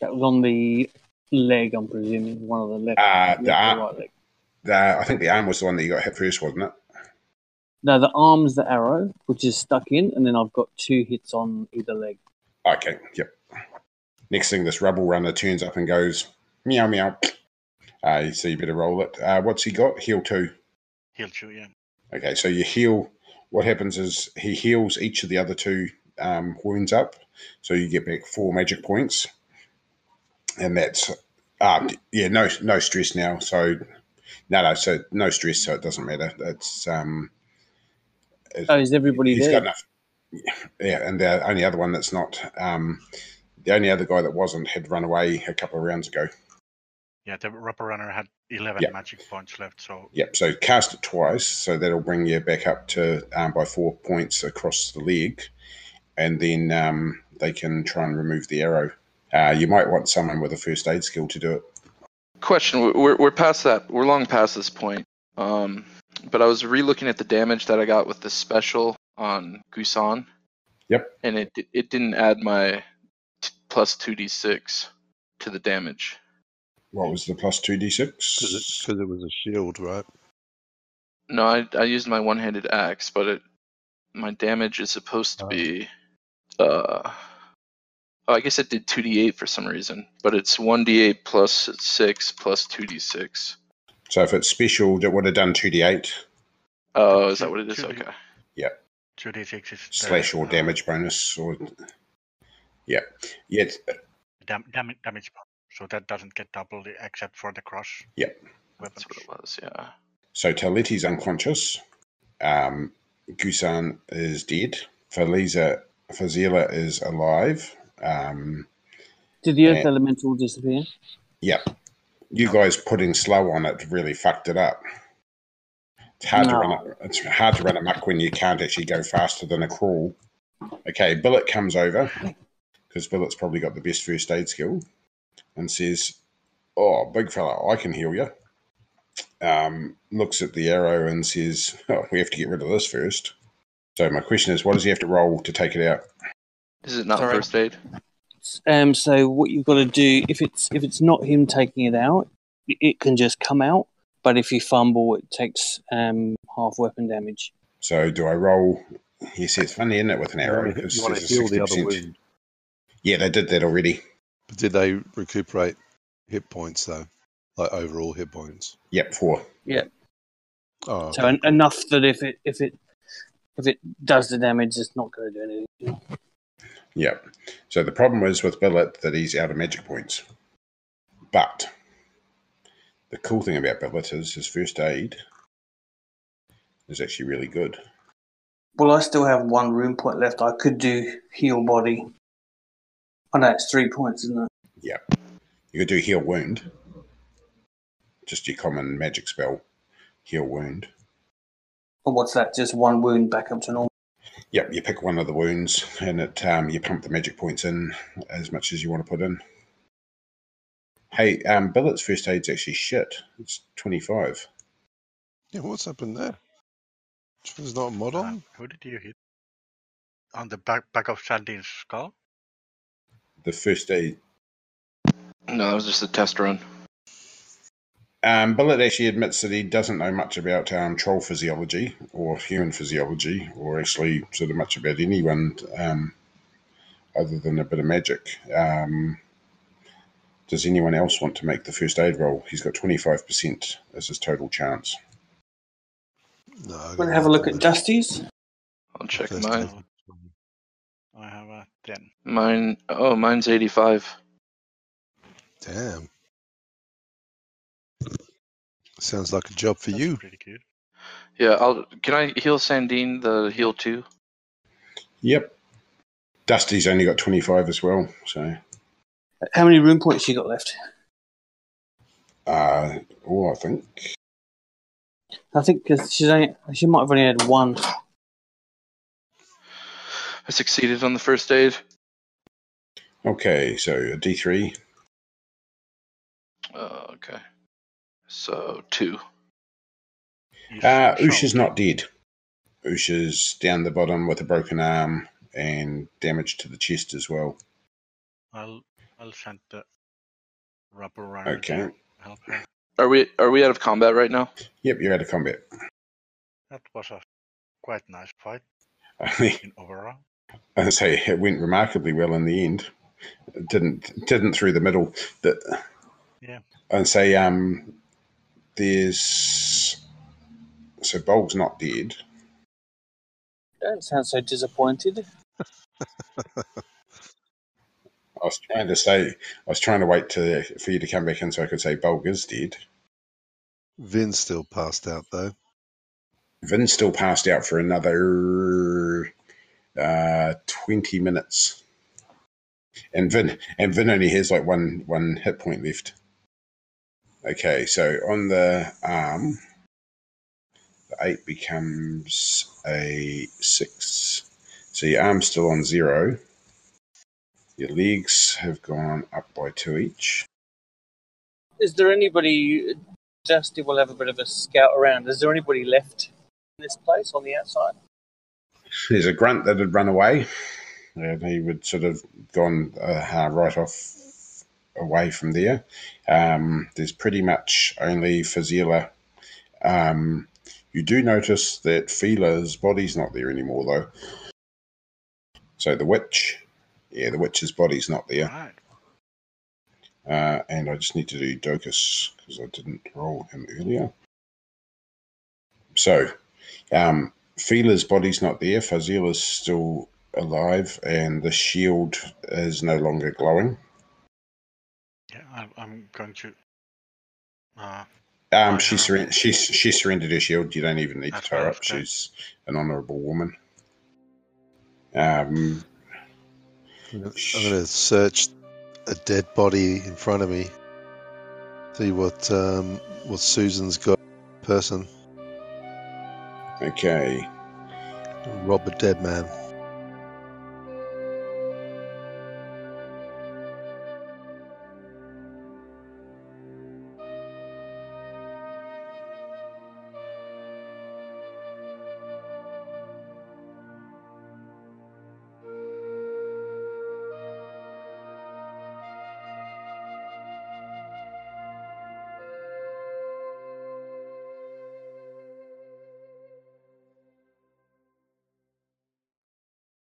That was on the leg, I'm presuming. One of the left.
Uh,
left
the
or
arm-
right leg.
The, I think the arm was the one that you got hit first, wasn't it?
No, the arm's the arrow, which is stuck in, and then I've got two hits on either leg.
Okay, yep. Next thing, this rubble runner turns up and goes meow meow. Uh, so you better roll it. Uh, what's he got? Heal two.
Heal you, yeah.
Okay, so you heal. What happens is he heals each of the other two um, wounds up, so you get back four magic points, and that's ah yeah no no stress now. So no no so no stress, so it doesn't matter. It's um
Oh, is everybody
he's
there?
got enough. Yeah, and the only other one that's not um the only other guy that wasn't had run away a couple of rounds ago.
Yeah, the rubber runner had 11
Yeah.
magic points left, so
Yep. So cast it twice, so that'll bring you back up to um, by four points across the leg, and then um, they can try and remove the arrow. Uh, you might want someone with a first aid skill to do it.
Question: we- We're we're past that. We're long past this point. Um, but I was re-looking at the damage that I got with the special on Gusan.
Yep.
And it di- it didn't add my t- plus two d six to the damage.
What was the plus two d
because it,
six?
'cause it was a shield, right?
No, I I used my one-handed axe, but it my damage is supposed to
Oh.
be. Uh, oh, I guess it did two d eight for some reason, but it's one d eight plus six plus two d six.
So if it's special, it would have done two d eight
Oh, is that what it is?
2D8.
Okay.
2d6 is. the,
slash or
uh,
damage bonus or yeah, yeah. it's-
uh, Dam- dam- damage bonus, so that doesn't get doubled except for the cross.
Yep.
Weapons.
That's what it was. Yeah.
So Taliti's unconscious. Um, Gusan is dead. Feliza Fazila is alive. Um,
Did the earth
Yeah.
elemental disappear?
Yep. You guys putting slow on it really fucked it up. It's hard to
No.
run a, it's hard to run amok when you can't actually go faster than a crawl. Okay, Billet comes over because Billet's probably got the best first aid skill and says, "Oh, big fella, I can heal you." Um, looks at the arrow and says, oh, "We have to get rid of this first. So my question is, what does he have to roll to take it out?
Is it not
Sorry.
first aid?
Um, so what you've got to do if it's if it's not him taking it out, it- it can just come out. But if you fumble, it takes um, half weapon damage.
So do I roll?" He says, "Funny, isn't it, with an
You
arrow?
wanna-
Because
you want to
there's a
heal the other
60%.
wound.
Yeah, they did that already.
But did they recuperate hit points though? Like overall hit points?
Yep, four.
Oh,
So en- enough that if it if it if it does the damage, it's not going to do anything.
Yep. So the problem is with Billet that he's out of magic points. But the cool thing about Billet is his first aid is actually really good.
Well, I still have one room point left. I could do heal body. I know it's three points, isn't it?
You could do heal wound, just your common magic spell, heal wound.
But what's that? Just one wound back up to normal.
Yep, you pick one of the wounds and it um, you pump the magic points in as much as you want to put in. Hey, um, Billet's first aid's actually shit. It's twenty five.
yeah, what's happened there? There's not a mod
Uh,
on?
who did you hit? On the back back of Sandine's skull?
The first aid
No, that was just a test run.
Um, Billet actually admits that he doesn't know much about um, troll physiology or human physiology, or actually sort of much about anyone um, other than a bit of magic. Um, does anyone else want to make the first aid roll? He's got 25% as his total chance.
No. I
We're
got
gonna have a look
nothing
at
there.
Dusty's.
I'll check
First
mine.
aid.
Uh, I have a 10.
Mine. Oh, mine's 85.
Damn. Sounds like a job for
That's
you.
pretty good.
Yeah. I'll. Can I heal Sandine? The heal two.
Yep. Dusty's only got 25 as well, so
How many room points you got left?
uh, all I think.
I think 'cause she's only, she might have only had one.
I succeeded on the first aid.
Okay, so a D3.
Oh, okay. So two.
Is
Uh, Oosh
shot.
is not dead. Oosh is down the bottom with a broken arm and damage to the chest as well.
I'll I'll send the wrap around.
Okay.
Help her.
Are we are we out of combat right now?
Yep, you're out of combat.
That was a quite nice fight
I
in overall.
say it went remarkably well in the end. It didn't didn't through the middle. That
Yeah.
And say um, there's so Bolg's not dead.
Don't sound so disappointed.
I was trying to say I was trying to wait to for you to come back in so I could say Bolg is dead.
Vin's still passed out though.
Vin still passed out for another uh, twenty minutes. And Vin and Vin only has like one one hit point left. Okay, so on the arm, the eight becomes a six. So your arm's still on zero. Your legs have gone up by two each.
Is there anybody? Dusty will have a bit of a scout around. Is there anybody left in this place on the outside?
There's a grunt that had run away, and he would sort of gone uh, right off away from there. Um, there's pretty much only Fazila. Um, you do notice that Fila's body's not there anymore, though. So the witch, yeah, the witch's body's not there.
Right.
Uh, and I just need to do Docus because I didn't roll him earlier. So, um, Fila's body's not there. Fazila's still alive, and the shield is no longer glowing.
Yeah, I, I'm going to. Uh,
Um,
I
she,
don't
surren- she, she surrendered her shield. You don't even need to
That's
tie her
fine,
up.
okay.
She's an honourable woman. Um,
I'm gonna- I'm going to search a dead body in front of me. See what um, what Susan's got. Person
okay.
rob a dead man.